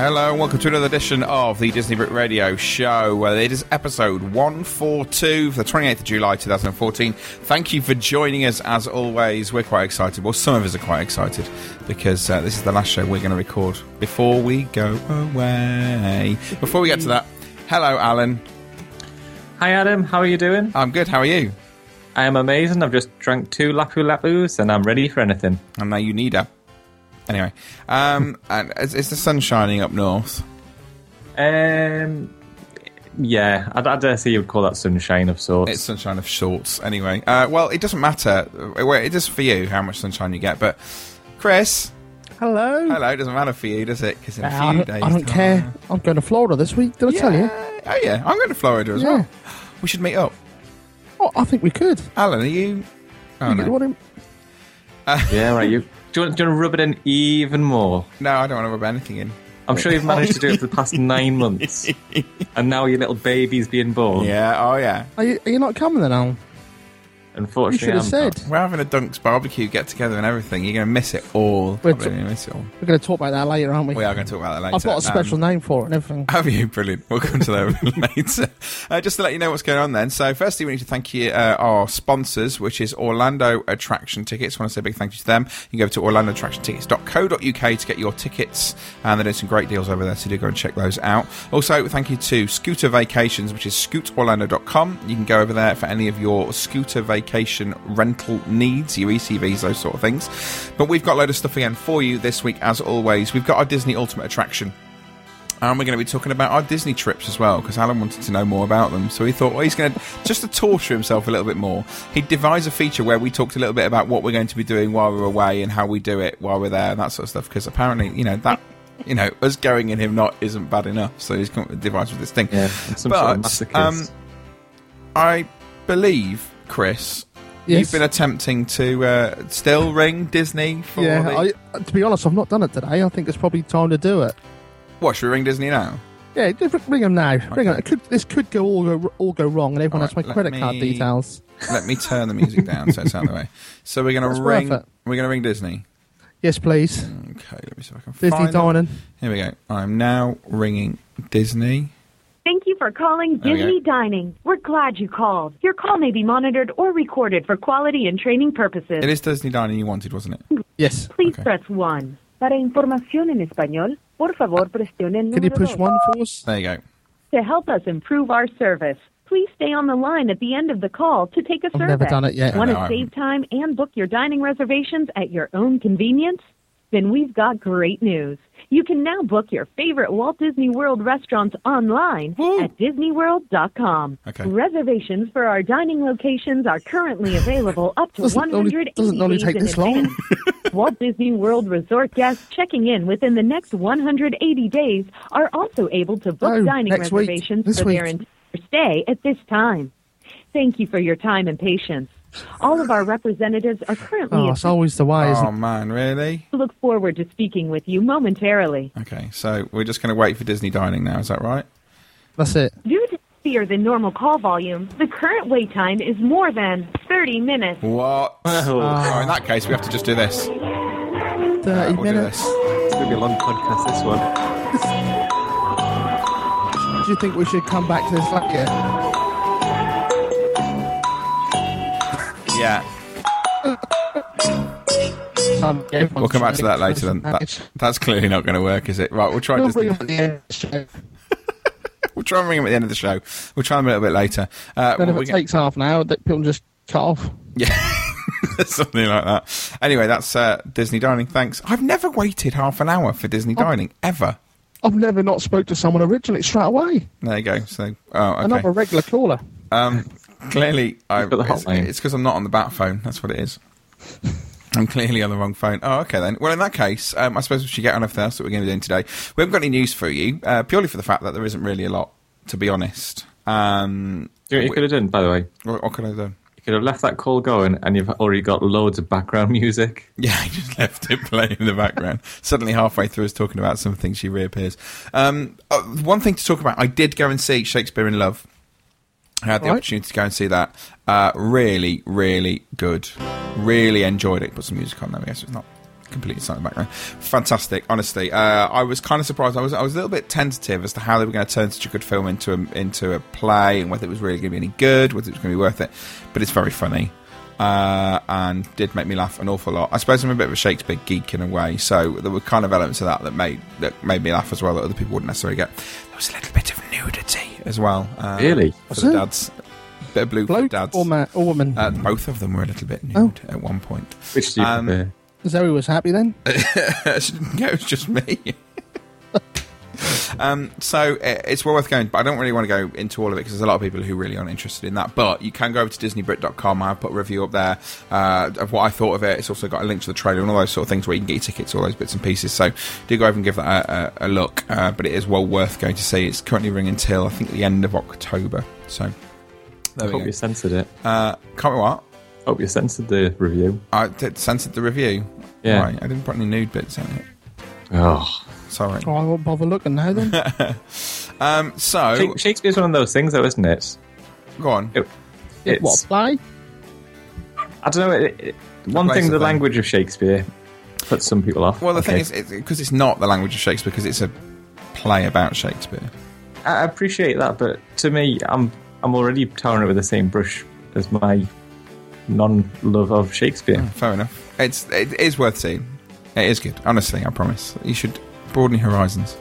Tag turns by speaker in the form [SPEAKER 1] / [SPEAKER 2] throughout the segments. [SPEAKER 1] Hello and welcome to another edition of the Disney Brit Radio Show. Uh, it is episode 142 for the 28th of July 2014. Thank you for joining us as always. We're quite excited. Well, some of us are quite excited because uh, this is the last show we're going to record before we go away. Before we get to that, hello, Alan.
[SPEAKER 2] Hi Adam, how are you doing?
[SPEAKER 1] I'm good. How are you?
[SPEAKER 2] I am amazing. I've just drank two Lapu Lapus and I'm ready for anything.
[SPEAKER 1] And now you need a. Anyway, um, and is, is the sun shining up north?
[SPEAKER 2] Um, yeah, I, I dare say you would call that sunshine of sorts.
[SPEAKER 1] It's sunshine of shorts. Anyway, uh, well, it doesn't matter. Uh, Well, it does for you how much sunshine you get. But Chris,
[SPEAKER 3] Hello.
[SPEAKER 1] hello, it doesn't matter for you, does it? Because in a few
[SPEAKER 3] Uh, I, don't-
[SPEAKER 1] days,
[SPEAKER 3] I don't care. I'm going to Florida this week. Did I tell you?
[SPEAKER 1] Yeah. Oh yeah, I'm going to Florida as
[SPEAKER 3] Yeah.
[SPEAKER 1] well. We should meet up.
[SPEAKER 3] Oh, I think we could.
[SPEAKER 1] Alan, are you? Oh
[SPEAKER 3] You
[SPEAKER 1] no,
[SPEAKER 3] want him?
[SPEAKER 2] yeah, right. You do you, want, do you want to rub it in even more?
[SPEAKER 1] no, I don't want to rub anything in.
[SPEAKER 2] I'm sure you've managed to do it for the past nine months, and now your little baby's being born.
[SPEAKER 1] Yeah, oh yeah.
[SPEAKER 3] Are you, are you not coming then, Alan? You
[SPEAKER 2] Unfortunately,
[SPEAKER 3] should have
[SPEAKER 2] I'm
[SPEAKER 3] said.
[SPEAKER 2] not.
[SPEAKER 1] We're having a Dunks barbecue get together and everything. You're going to miss it all.
[SPEAKER 3] We're
[SPEAKER 1] We're going to miss it all.
[SPEAKER 3] We're going to talk about that later, aren't we?
[SPEAKER 1] We Uh, are going to talk about that later.
[SPEAKER 3] I've got a
[SPEAKER 1] Um,
[SPEAKER 3] special name for it and everything.
[SPEAKER 1] Have you? Brilliant. We'll come to that later. Uh, just to let you know what's going on then. So, firstly, we need to thank you, uh, our sponsors, which is Orlando Attraction Tickets. want to say a big thank you to them. You can go to orlandoattractiontickets.co.uk to get your tickets, and they're doing some great deals over there, so do go and check those out. Also, thank you to Scooter Vacations, which is scootorlando.com. You can go over there for any of your scooter vacation rental needs, your ECVs, those sort of things. But we've got a load of stuff again for you this week, as always. We've got our Disney Ultimate Attraction. And we're going to be talking about our Disney trips as well, because Alan wanted to know more about them. So he thought, well, he's going to, just to torture himself a little bit more, he'd devise a feature where we talked a little bit about what we're going to be doing while we're away and how we do it while we're there and that sort of stuff. Because apparently, you know, that, you know, us going and him not isn't bad enough. So he's come up with a device with this thing. um,
[SPEAKER 2] Yeah, I'm some sort of masochist.
[SPEAKER 1] I believe, Chris,
[SPEAKER 3] Yes.
[SPEAKER 1] you've been attempting to uh, still ring Disney for the.
[SPEAKER 3] yeah. I, uh, to be honest, I've not done it today. I think it's probably time to do it.
[SPEAKER 1] what, should we ring Disney now?
[SPEAKER 3] Yeah, just ring- ring them now. Ring 'em. It could, this could go all go all go wrong, and everyone
[SPEAKER 1] All
[SPEAKER 3] has my
[SPEAKER 1] right, let
[SPEAKER 3] credit card
[SPEAKER 1] me-
[SPEAKER 3] details.
[SPEAKER 1] Let me turn the music down so it's out of the way. So we're gonna
[SPEAKER 3] That's worth
[SPEAKER 1] ring.
[SPEAKER 3] it.
[SPEAKER 1] We're gonna ring Disney.
[SPEAKER 3] Yes, please.
[SPEAKER 1] Okay, let me see if I can
[SPEAKER 3] Disney
[SPEAKER 1] Mm, find. them.
[SPEAKER 3] dining.
[SPEAKER 1] Here we go. I'm now ringing Disney.
[SPEAKER 4] Thank you for calling
[SPEAKER 1] There we
[SPEAKER 4] Disney
[SPEAKER 1] go.
[SPEAKER 4] Dining. We're glad you called. Your call may be monitored or recorded for quality and training purposes.
[SPEAKER 1] It is Disney dining you wanted, wasn't it?
[SPEAKER 3] Yes.
[SPEAKER 4] Please
[SPEAKER 1] okay.
[SPEAKER 4] press 1. Para información en español, por favor presione el
[SPEAKER 3] Can you
[SPEAKER 4] número
[SPEAKER 3] push
[SPEAKER 4] dos.
[SPEAKER 3] one for us?
[SPEAKER 1] There you go.
[SPEAKER 4] To help us improve our service, please stay on the line at the end of the call to take a
[SPEAKER 3] I've
[SPEAKER 4] survey.
[SPEAKER 3] never done it yet.
[SPEAKER 4] Want
[SPEAKER 1] No, I
[SPEAKER 4] to
[SPEAKER 1] haven't.
[SPEAKER 4] save time and book your dining reservations at your own convenience? Then we've got great news. You can now book your favorite Walt Disney World restaurants online at disneyworld.com.
[SPEAKER 1] Okay.
[SPEAKER 4] Reservations for our dining locations are currently available up to
[SPEAKER 3] Doesn't normally-
[SPEAKER 4] 180
[SPEAKER 3] doesn't normally
[SPEAKER 4] days
[SPEAKER 3] take
[SPEAKER 4] in
[SPEAKER 3] this long.
[SPEAKER 4] advance. Walt Disney World resort guests checking in within the next 180 days are also able to book
[SPEAKER 3] No,
[SPEAKER 4] dining
[SPEAKER 3] Oh, next week.
[SPEAKER 4] reservations
[SPEAKER 3] This
[SPEAKER 4] for their
[SPEAKER 3] week.
[SPEAKER 4] entire stay at this time. Thank you for your time and patience. All of our representatives are currently
[SPEAKER 3] Oh,
[SPEAKER 4] in-
[SPEAKER 3] it's always the way, isn't
[SPEAKER 1] Oh
[SPEAKER 3] it?
[SPEAKER 1] man, really?
[SPEAKER 4] We look forward to speaking with you momentarily.
[SPEAKER 1] Okay, so we're just gonna wait for Disney dining now. Is that right?
[SPEAKER 3] That's it.
[SPEAKER 4] Due to fear than normal call volume, the current wait time is more than 30 minutes.
[SPEAKER 1] What?
[SPEAKER 2] Oh,
[SPEAKER 3] Ah.
[SPEAKER 1] Oh, in that case, we have to just do this.
[SPEAKER 3] 30
[SPEAKER 1] We'll do
[SPEAKER 3] minutes.
[SPEAKER 1] this.
[SPEAKER 2] it's gonna be a long podcast. This one.
[SPEAKER 3] Do you think we should come back to this later?
[SPEAKER 1] Yeah.
[SPEAKER 3] Um,
[SPEAKER 1] We'll come back to that later then. That, that's clearly not going to work, is it? Right, we'll try
[SPEAKER 3] We'll
[SPEAKER 1] Disney.
[SPEAKER 3] bring up the end. Then
[SPEAKER 1] We'll try and ring him at the end of the show. We'll try him a little bit later. Uh,
[SPEAKER 3] if
[SPEAKER 1] we're
[SPEAKER 3] it
[SPEAKER 1] gonna-
[SPEAKER 3] takes half an hour, that people just cut off.
[SPEAKER 1] Yeah. something like that. Anyway, that's uh, Disney Dining. Thanks. I've never waited half an hour for Disney Dining ever.
[SPEAKER 3] I've never not spoke to someone originally straight away.
[SPEAKER 1] There you go. So, oh, okay.
[SPEAKER 3] And I'm a regular caller.
[SPEAKER 1] Um, clearly, I,
[SPEAKER 2] You've got the
[SPEAKER 1] it's
[SPEAKER 2] hotline.
[SPEAKER 1] because I'm not on the bat phone. That's what it is. I'm clearly on the wrong phone. Oh, okay then. Well, in that case, um, I suppose we should get on with that. That's what we're going to be doing today. We haven't got any news for you, uh, purely for the fact that there isn't really a lot, to be honest. Um,
[SPEAKER 2] Do you know what you could have done, by the way?
[SPEAKER 1] what, what can I do?
[SPEAKER 2] You could have left that call going and you've already got loads of background music.
[SPEAKER 1] Yeah, I just left it playing in the background. Suddenly, halfway through us talking about something, she reappears. Um, oh, one thing to talk about I did go and see Shakespeare in Love. I had the
[SPEAKER 3] Right.
[SPEAKER 1] opportunity to go and see that. Uh, really, really good. Really enjoyed it. Put some music on there, I guess it's not completely silent in the background. Fantastic, honestly. Uh, I was kind of surprised. I was, I was a little bit tentative as to how they were going to turn such a good film into a, into a play and whether it was really going to be any good, whether it was going to be worth it. But it's very funny. Uh, and did make me laugh an awful lot. I suppose I'm a bit of a Shakespeare geek in a way, so there were kind of elements of that that made that made me laugh as well that other people wouldn't necessarily get. There was a little bit of nudity as well. Uh,
[SPEAKER 2] Really?
[SPEAKER 1] for
[SPEAKER 3] Was
[SPEAKER 1] the
[SPEAKER 3] it?
[SPEAKER 1] dads. Bit of blue for
[SPEAKER 3] Bloke
[SPEAKER 1] dads.
[SPEAKER 3] or, ma- or woman.
[SPEAKER 1] uh, both of them were a little bit nude
[SPEAKER 3] Oh.
[SPEAKER 1] at one point.
[SPEAKER 2] Which do you
[SPEAKER 1] Um,
[SPEAKER 2] prefer?
[SPEAKER 3] Zoe was happy then.
[SPEAKER 1] Uh, yeah, it was just me. um, so uh, it's well worth going, but I don't really want to go into all of it because there's a lot of people who really aren't interested in that. But you can go over to DisneyBrit.com. I've put a review up there uh, of what I thought of it. It's also got a link to the trailer and all those sort of things where you can get your tickets, all those bits and pieces. So do go over and give that a, a, a look. Uh, but it is well worth going to see. It's currently running until I think the end of October. So there we
[SPEAKER 2] Hope
[SPEAKER 1] go.
[SPEAKER 2] you censored it.
[SPEAKER 1] Uh, can't be what?
[SPEAKER 2] Hope you censored the review.
[SPEAKER 1] I did censored the review.
[SPEAKER 2] Yeah.
[SPEAKER 1] Right, I didn't put any nude bits in it.
[SPEAKER 2] Oh.
[SPEAKER 1] Sorry.
[SPEAKER 3] Oh, I won't bother looking now then.
[SPEAKER 1] Um, so
[SPEAKER 2] Shake- Shakespeare's one of those things, though, isn't it?
[SPEAKER 1] Go on.
[SPEAKER 2] It- it's,
[SPEAKER 3] what, play?
[SPEAKER 2] I don't know. It, it, one
[SPEAKER 1] Replace
[SPEAKER 2] thing,
[SPEAKER 1] it
[SPEAKER 2] the
[SPEAKER 1] then.
[SPEAKER 2] language of Shakespeare puts some people off.
[SPEAKER 1] Well, the
[SPEAKER 2] Okay.
[SPEAKER 1] thing is, because it's not the language of Shakespeare, because it's a play about Shakespeare.
[SPEAKER 2] I appreciate that, but to me, I'm I'm already towering it with the same brush as my non-love of Shakespeare.
[SPEAKER 1] Fair enough. It's it is worth seeing. It is good, honestly. I promise. You should broaden your horizons.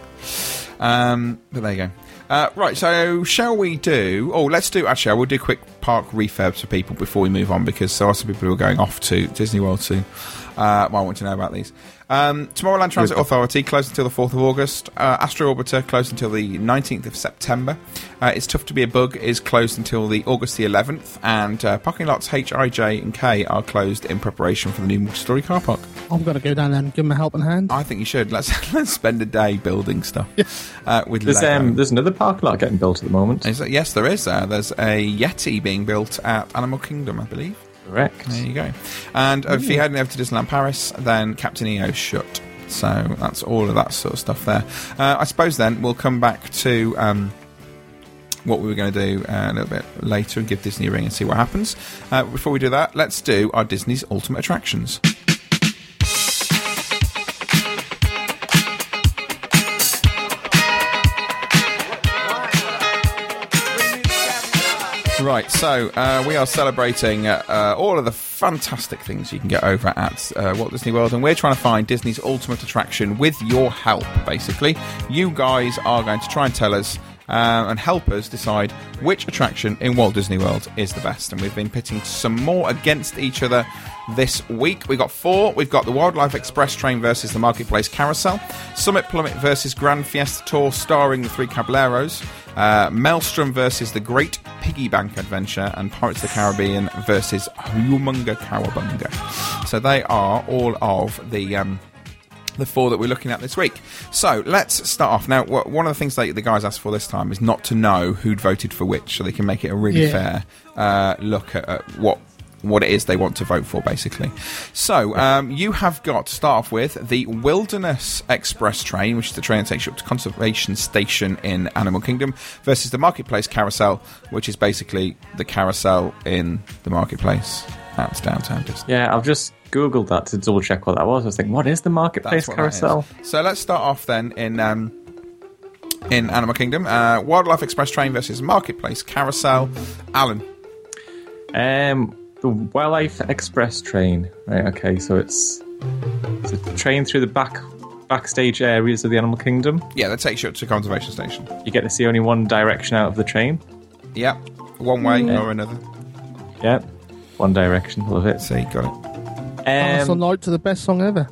[SPEAKER 1] Um, but there you go. Uh, right, so shall we do? Oh, let's do. Actually, I will do quick park refurbs for people before we move on because there are some people who are going off to Disney World soon. Uh, might want to know about these. Um, Tomorrowland Transit Authority closed until the 4th of August. Uh, Astro Orbiter closed until the 19th of September. Uh, it's Tough to Be a Bug is closed until the August the 11th. And uh, parking lots H, I, J, and K are closed in preparation for the new multi story car park.
[SPEAKER 3] I'm going to go down there and give him a helping hand.
[SPEAKER 1] I think you should. Let's, let's spend a day building stuff uh, with
[SPEAKER 2] There's
[SPEAKER 1] Lego.
[SPEAKER 2] um, there's another park lot getting built at the moment.
[SPEAKER 1] Is that, yes, there is. Uh, there's a Yeti being built at Animal Kingdom, I believe.
[SPEAKER 2] Correct.
[SPEAKER 1] There you go. And if you hadn't over to Disneyland Paris, then Captain EO shut. So that's all of that sort of stuff there. Uh, I suppose then we'll come back to um, what we were going to do uh, a little bit later and give Disney a ring and see what happens. Uh, before we do that, let's do our Disney's Ultimate Attractions. Right, so uh, we are celebrating uh, uh, all of the fantastic things you can get over at uh, Walt Disney World, and we're trying to find Disney's ultimate attraction with your help, basically. You guys are going to try and tell us uh, and help us decide which attraction in Walt Disney World is the best, and we've been pitting some more against each other this week. We've got four. We've got the Wildlife Express train versus the Marketplace Carousel, Summit Plummet versus Grand Fiesta Tour starring the Three Caballeros, uh, Maelstrom versus the Great Piggy Bank Adventure, and Pirates of the Caribbean versus Humunga Cowabunga. So they are all of the. Um, the four that we're looking at this week. So let's start off. Now, wh- one of the things that the guys asked for this time is not to know who'd voted for which, so they can make it a really
[SPEAKER 3] Yeah.
[SPEAKER 1] fair uh, look at, at what what it is they want to vote for, basically. So um, you have got to start off with the Wilderness Express train, which is the train that takes you up to Conservation Station in Animal Kingdom, versus the Marketplace Carousel, which is basically the carousel in the marketplace at downtown Disney.
[SPEAKER 2] Yeah, I've just googled that to double check what that was. I was thinking, what is the
[SPEAKER 1] That's
[SPEAKER 2] marketplace
[SPEAKER 1] what that
[SPEAKER 2] carousel?
[SPEAKER 1] is. So let's start off then in um, in Animal Kingdom. Uh, Wildlife Express train versus Marketplace Carousel. Alan,
[SPEAKER 2] Um, the Wildlife Express train. Right. Okay. So it's it's a train through the back backstage areas of the Animal Kingdom.
[SPEAKER 1] yeah, that takes you up to Conservation Station.
[SPEAKER 2] You get to see only one direction out of the train.
[SPEAKER 3] Mm.
[SPEAKER 1] Yeah, one way or another.
[SPEAKER 2] Yep. One Direction. Love it.
[SPEAKER 1] See, got it.
[SPEAKER 3] Pass on
[SPEAKER 2] Um, oh,
[SPEAKER 3] light to the best song ever.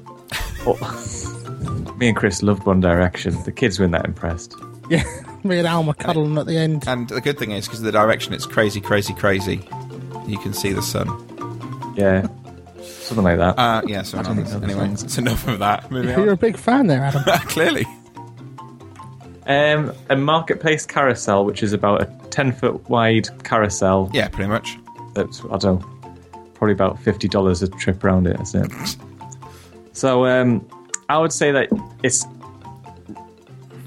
[SPEAKER 2] me and Chris loved One Direction. The kids weren't that impressed.
[SPEAKER 3] Yeah, me and Alma cuddling at the end.
[SPEAKER 1] And the good thing is, because of the direction, it's crazy, crazy, crazy. You can see the sun.
[SPEAKER 2] Yeah, something like that.
[SPEAKER 1] Uh, yeah, so
[SPEAKER 2] don't think so.
[SPEAKER 1] anyway, it's enough of that. Moving
[SPEAKER 3] You're
[SPEAKER 1] on.
[SPEAKER 3] a big fan there, Adam.
[SPEAKER 1] Clearly.
[SPEAKER 2] Um, a marketplace carousel, which is about a ten foot wide carousel.
[SPEAKER 1] Yeah, pretty much.
[SPEAKER 2] That's I don't know, probably about fifty dollars a trip around it, isn't it? so um, I would say that it's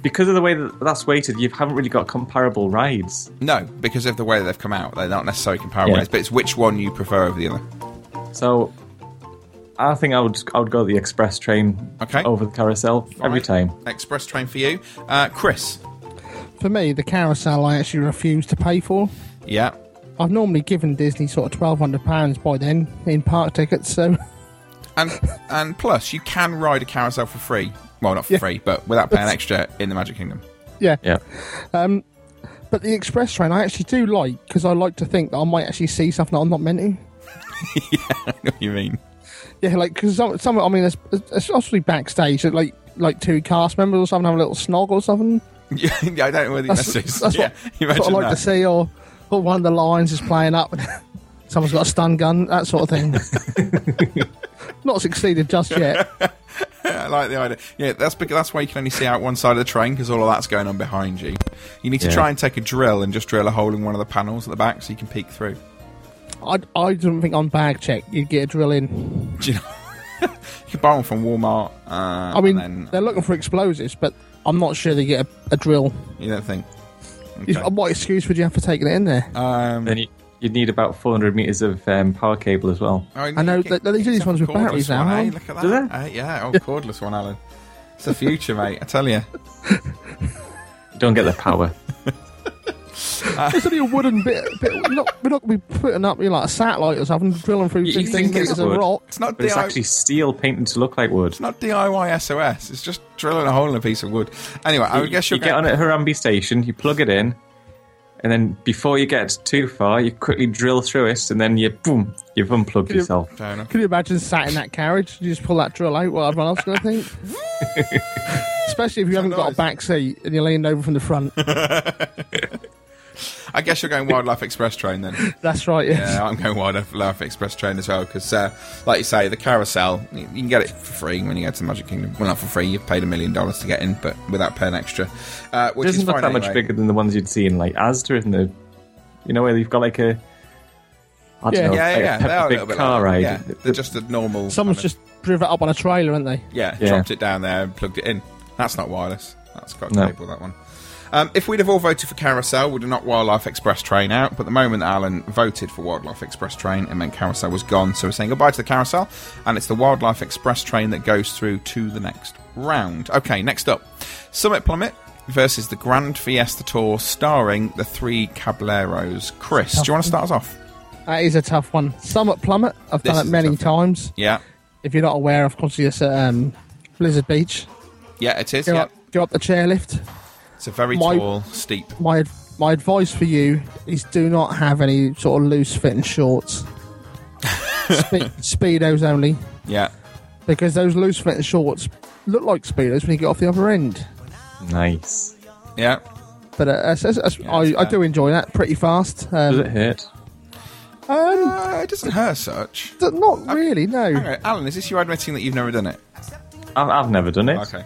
[SPEAKER 2] because of the way that that's weighted, you haven't really got comparable rides.
[SPEAKER 1] No, because of the way they've come out, they're not necessarily comparable.
[SPEAKER 2] Yeah.
[SPEAKER 1] It's- But it's which one you prefer over the other.
[SPEAKER 2] So I think I would I would go the express train
[SPEAKER 1] Okay.
[SPEAKER 2] over the carousel every
[SPEAKER 1] Right.
[SPEAKER 2] time.
[SPEAKER 1] Express train for you, uh, Chris.
[SPEAKER 3] For me, the carousel I actually refuse to pay for.
[SPEAKER 1] Yeah.
[SPEAKER 3] I've normally given Disney sort of twelve hundred pounds by then in park tickets, so
[SPEAKER 1] And and plus, you can ride a carousel for free. Well, not for
[SPEAKER 3] Yeah.
[SPEAKER 1] free, but without paying extra in the Magic Kingdom.
[SPEAKER 3] yeah.
[SPEAKER 2] Yeah.
[SPEAKER 3] But the express train I actually do like because I like to think that I might actually see something that I'm not meant to.
[SPEAKER 1] I know what you mean?
[SPEAKER 3] Yeah, like because some, some, I mean, it's, it's obviously backstage. that, Like, like two cast members or something have a little snog or something.
[SPEAKER 1] Yeah, I don't know whether
[SPEAKER 3] That's,
[SPEAKER 1] that's,
[SPEAKER 3] that's what,
[SPEAKER 1] yeah,
[SPEAKER 3] that's what I
[SPEAKER 1] imagine
[SPEAKER 3] like to
[SPEAKER 1] that.
[SPEAKER 3] see. Or, or one of the lions is playing up. and Someone's got a stun gun, that sort of thing. Not succeeded just yet.
[SPEAKER 1] I like the idea. Yeah, that's because that's why you can only see out one side of the train because all of that's going on behind you. You need to
[SPEAKER 2] Yeah.
[SPEAKER 1] try and take a drill and just drill a hole in one of the panels at the back so you can peek through.
[SPEAKER 3] I, I don't think on bag check you'd get a drill in.
[SPEAKER 1] Do you know? you can buy one from Walmart. Uh,
[SPEAKER 3] I mean,
[SPEAKER 1] and then,
[SPEAKER 3] they're looking for explosives, but I'm not sure they get a, a drill.
[SPEAKER 1] you don't think.
[SPEAKER 3] You-
[SPEAKER 1] Okay. Oh,
[SPEAKER 3] What excuse would you have for taking it in there?
[SPEAKER 1] Um,
[SPEAKER 2] Then you, you'd need about four hundred meters of um, power cable as well.
[SPEAKER 3] I know,
[SPEAKER 1] you
[SPEAKER 3] they- they do these
[SPEAKER 1] it's a
[SPEAKER 3] ones with
[SPEAKER 1] cordless
[SPEAKER 3] batteries now,
[SPEAKER 1] one, eh?
[SPEAKER 3] aren't
[SPEAKER 1] Look at that.
[SPEAKER 2] Do
[SPEAKER 1] Eh, yeah, oh, cordless one, Alan. It's the future, mate. I tell you.
[SPEAKER 2] You don't get the power.
[SPEAKER 3] It's only a wooden bit. bit we're not, we're not going to be putting up you know, like a satellite or something, drilling through
[SPEAKER 2] You- you
[SPEAKER 3] 15
[SPEAKER 2] think it's
[SPEAKER 3] metres of
[SPEAKER 2] wood.
[SPEAKER 3] rock.
[SPEAKER 1] It's not
[SPEAKER 2] But it's
[SPEAKER 1] DIY
[SPEAKER 2] actually steel painted to look like wood.
[SPEAKER 1] It's not DIY SOS. It's just drilling a hole in a piece of wood. Anyway, I would guess
[SPEAKER 2] you
[SPEAKER 1] you'll
[SPEAKER 2] get on at Harambe Station, you plug it in, and then before you get too far, you quickly drill through it, and then you boom, you've unplugged yourself.
[SPEAKER 1] Fair enough.
[SPEAKER 3] Can you imagine sat in that carriage? You just pull that drill out, what everyone else going to think? Especially if you haven't got
[SPEAKER 1] noise.
[SPEAKER 3] a back seat and you're leaned over from the front.
[SPEAKER 1] I guess you're going Wildlife Express train then.
[SPEAKER 3] That's right, yes.
[SPEAKER 1] Yeah, I'm going Wildlife Express train as well because, uh, like you say, the carousel you, you can get it for free when you go to the Magic Kingdom. Well, not for free. You've paid a million dollars to get in, but without paying extra, uh,
[SPEAKER 2] It
[SPEAKER 1] which
[SPEAKER 2] doesn't
[SPEAKER 1] is
[SPEAKER 2] look
[SPEAKER 1] fine
[SPEAKER 2] that much
[SPEAKER 1] anyway.
[SPEAKER 2] bigger than the ones you'd see in like Asda, isn't it? You know where you've got like a, I don't
[SPEAKER 3] Yeah.
[SPEAKER 2] know,
[SPEAKER 1] Yeah, yeah, yeah.
[SPEAKER 2] like a
[SPEAKER 1] They are a
[SPEAKER 2] pepper
[SPEAKER 1] little
[SPEAKER 2] big
[SPEAKER 1] bit
[SPEAKER 2] car
[SPEAKER 1] like,
[SPEAKER 2] ride.
[SPEAKER 1] Yeah, they're just a normal.
[SPEAKER 3] Someone's
[SPEAKER 1] kind of-
[SPEAKER 3] just driven it up on a trailer, aren't they?
[SPEAKER 1] Yeah,
[SPEAKER 2] Yeah.
[SPEAKER 1] dropped it down there and plugged it in. That's not wireless. That's got
[SPEAKER 2] No.
[SPEAKER 1] cable, that one. Um, if we'd have all voted for Carousel, we'd have knocked Wildlife Express Train out. But the moment Alan voted for Wildlife Express Train, it meant Carousel was gone. So we're saying goodbye to the Carousel, and it's the Wildlife Express Train that goes through to the next round. Okay, next up Summit Plummet versus the Grand Fiesta Tour, starring the three Caballeros. Chris, do you want to start us off?
[SPEAKER 3] That is a tough one. Summit Plummet, I've
[SPEAKER 1] This
[SPEAKER 3] done
[SPEAKER 1] is
[SPEAKER 3] it
[SPEAKER 1] a
[SPEAKER 3] many
[SPEAKER 1] tough
[SPEAKER 3] times.
[SPEAKER 1] Yeah.
[SPEAKER 3] If you're not aware, of course, it's at um, Blizzard Beach.
[SPEAKER 1] Yeah, it is.
[SPEAKER 3] Go,
[SPEAKER 1] Yeah.
[SPEAKER 3] up, go up the chairlift.
[SPEAKER 1] It's a very
[SPEAKER 3] My-
[SPEAKER 1] tall, steep.
[SPEAKER 3] my my advice for you is do not have any sort of loose fitting shorts. Spe- speedos only,
[SPEAKER 1] Yeah.
[SPEAKER 3] because those loose fitting shorts look like speedos when you get off the other end.
[SPEAKER 2] nice.
[SPEAKER 1] Yeah.
[SPEAKER 3] But uh, that's- that's- that's-
[SPEAKER 1] Yeah, it's
[SPEAKER 3] I, I
[SPEAKER 1] fair.
[SPEAKER 3] do enjoy that pretty fast.
[SPEAKER 2] Does
[SPEAKER 3] Um,
[SPEAKER 2] it hurt?
[SPEAKER 3] um,
[SPEAKER 1] Uh, it doesn't hurt such.
[SPEAKER 3] d- not really, no.
[SPEAKER 1] Okay, Alan, is this you admitting that you've never done it?
[SPEAKER 2] I've, I've never done it.
[SPEAKER 1] Okay.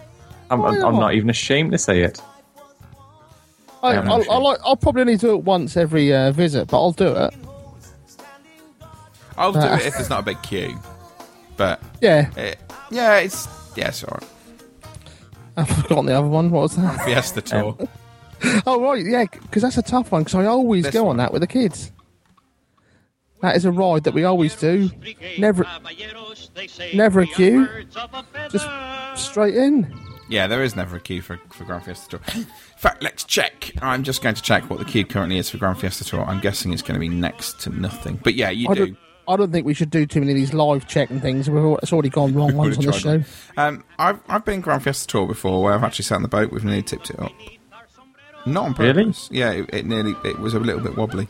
[SPEAKER 2] I'm,
[SPEAKER 3] Why
[SPEAKER 2] I'm, I'm
[SPEAKER 3] not?
[SPEAKER 2] not even ashamed to say it.
[SPEAKER 3] I,
[SPEAKER 2] Yeah, I'm
[SPEAKER 3] I'll,
[SPEAKER 2] not
[SPEAKER 3] I'll,
[SPEAKER 2] sure.
[SPEAKER 3] like- I'll probably only do it once every uh, visit, but I'll do it.
[SPEAKER 1] I'll do
[SPEAKER 3] Uh,
[SPEAKER 1] it if there's not a big queue. But
[SPEAKER 3] Yeah,
[SPEAKER 1] it, yeah, it's yeah, it's alright.
[SPEAKER 3] I've forgotten the other one. What was that?
[SPEAKER 1] Fiesta
[SPEAKER 3] Um,
[SPEAKER 1] tour.
[SPEAKER 3] Oh right, yeah, because that's a tough one. Because I always
[SPEAKER 1] This
[SPEAKER 3] go
[SPEAKER 1] one.
[SPEAKER 3] on that with the kids. That is a ride that we always do. Never, never a queue. Just straight in.
[SPEAKER 1] yeah, there is never a queue for, for Grand Fiesta tour. In fact, let's check. I'm just going to check what the queue currently is for Grand Fiesta tour. I'm guessing it's going to be next to nothing. But yeah, you
[SPEAKER 3] I
[SPEAKER 1] do.
[SPEAKER 3] don't, I don't think we should do too many of these live checking things. We've al- it's already gone wrong once on
[SPEAKER 1] Would've
[SPEAKER 3] the
[SPEAKER 1] tried
[SPEAKER 3] show.
[SPEAKER 1] that. Um, I've I've been Grand Fiesta tour before where I've actually sat on the boat. We've nearly tipped it up. Not on
[SPEAKER 2] Really?
[SPEAKER 1] purpose. Yeah, it, it nearly it was a little bit wobbly.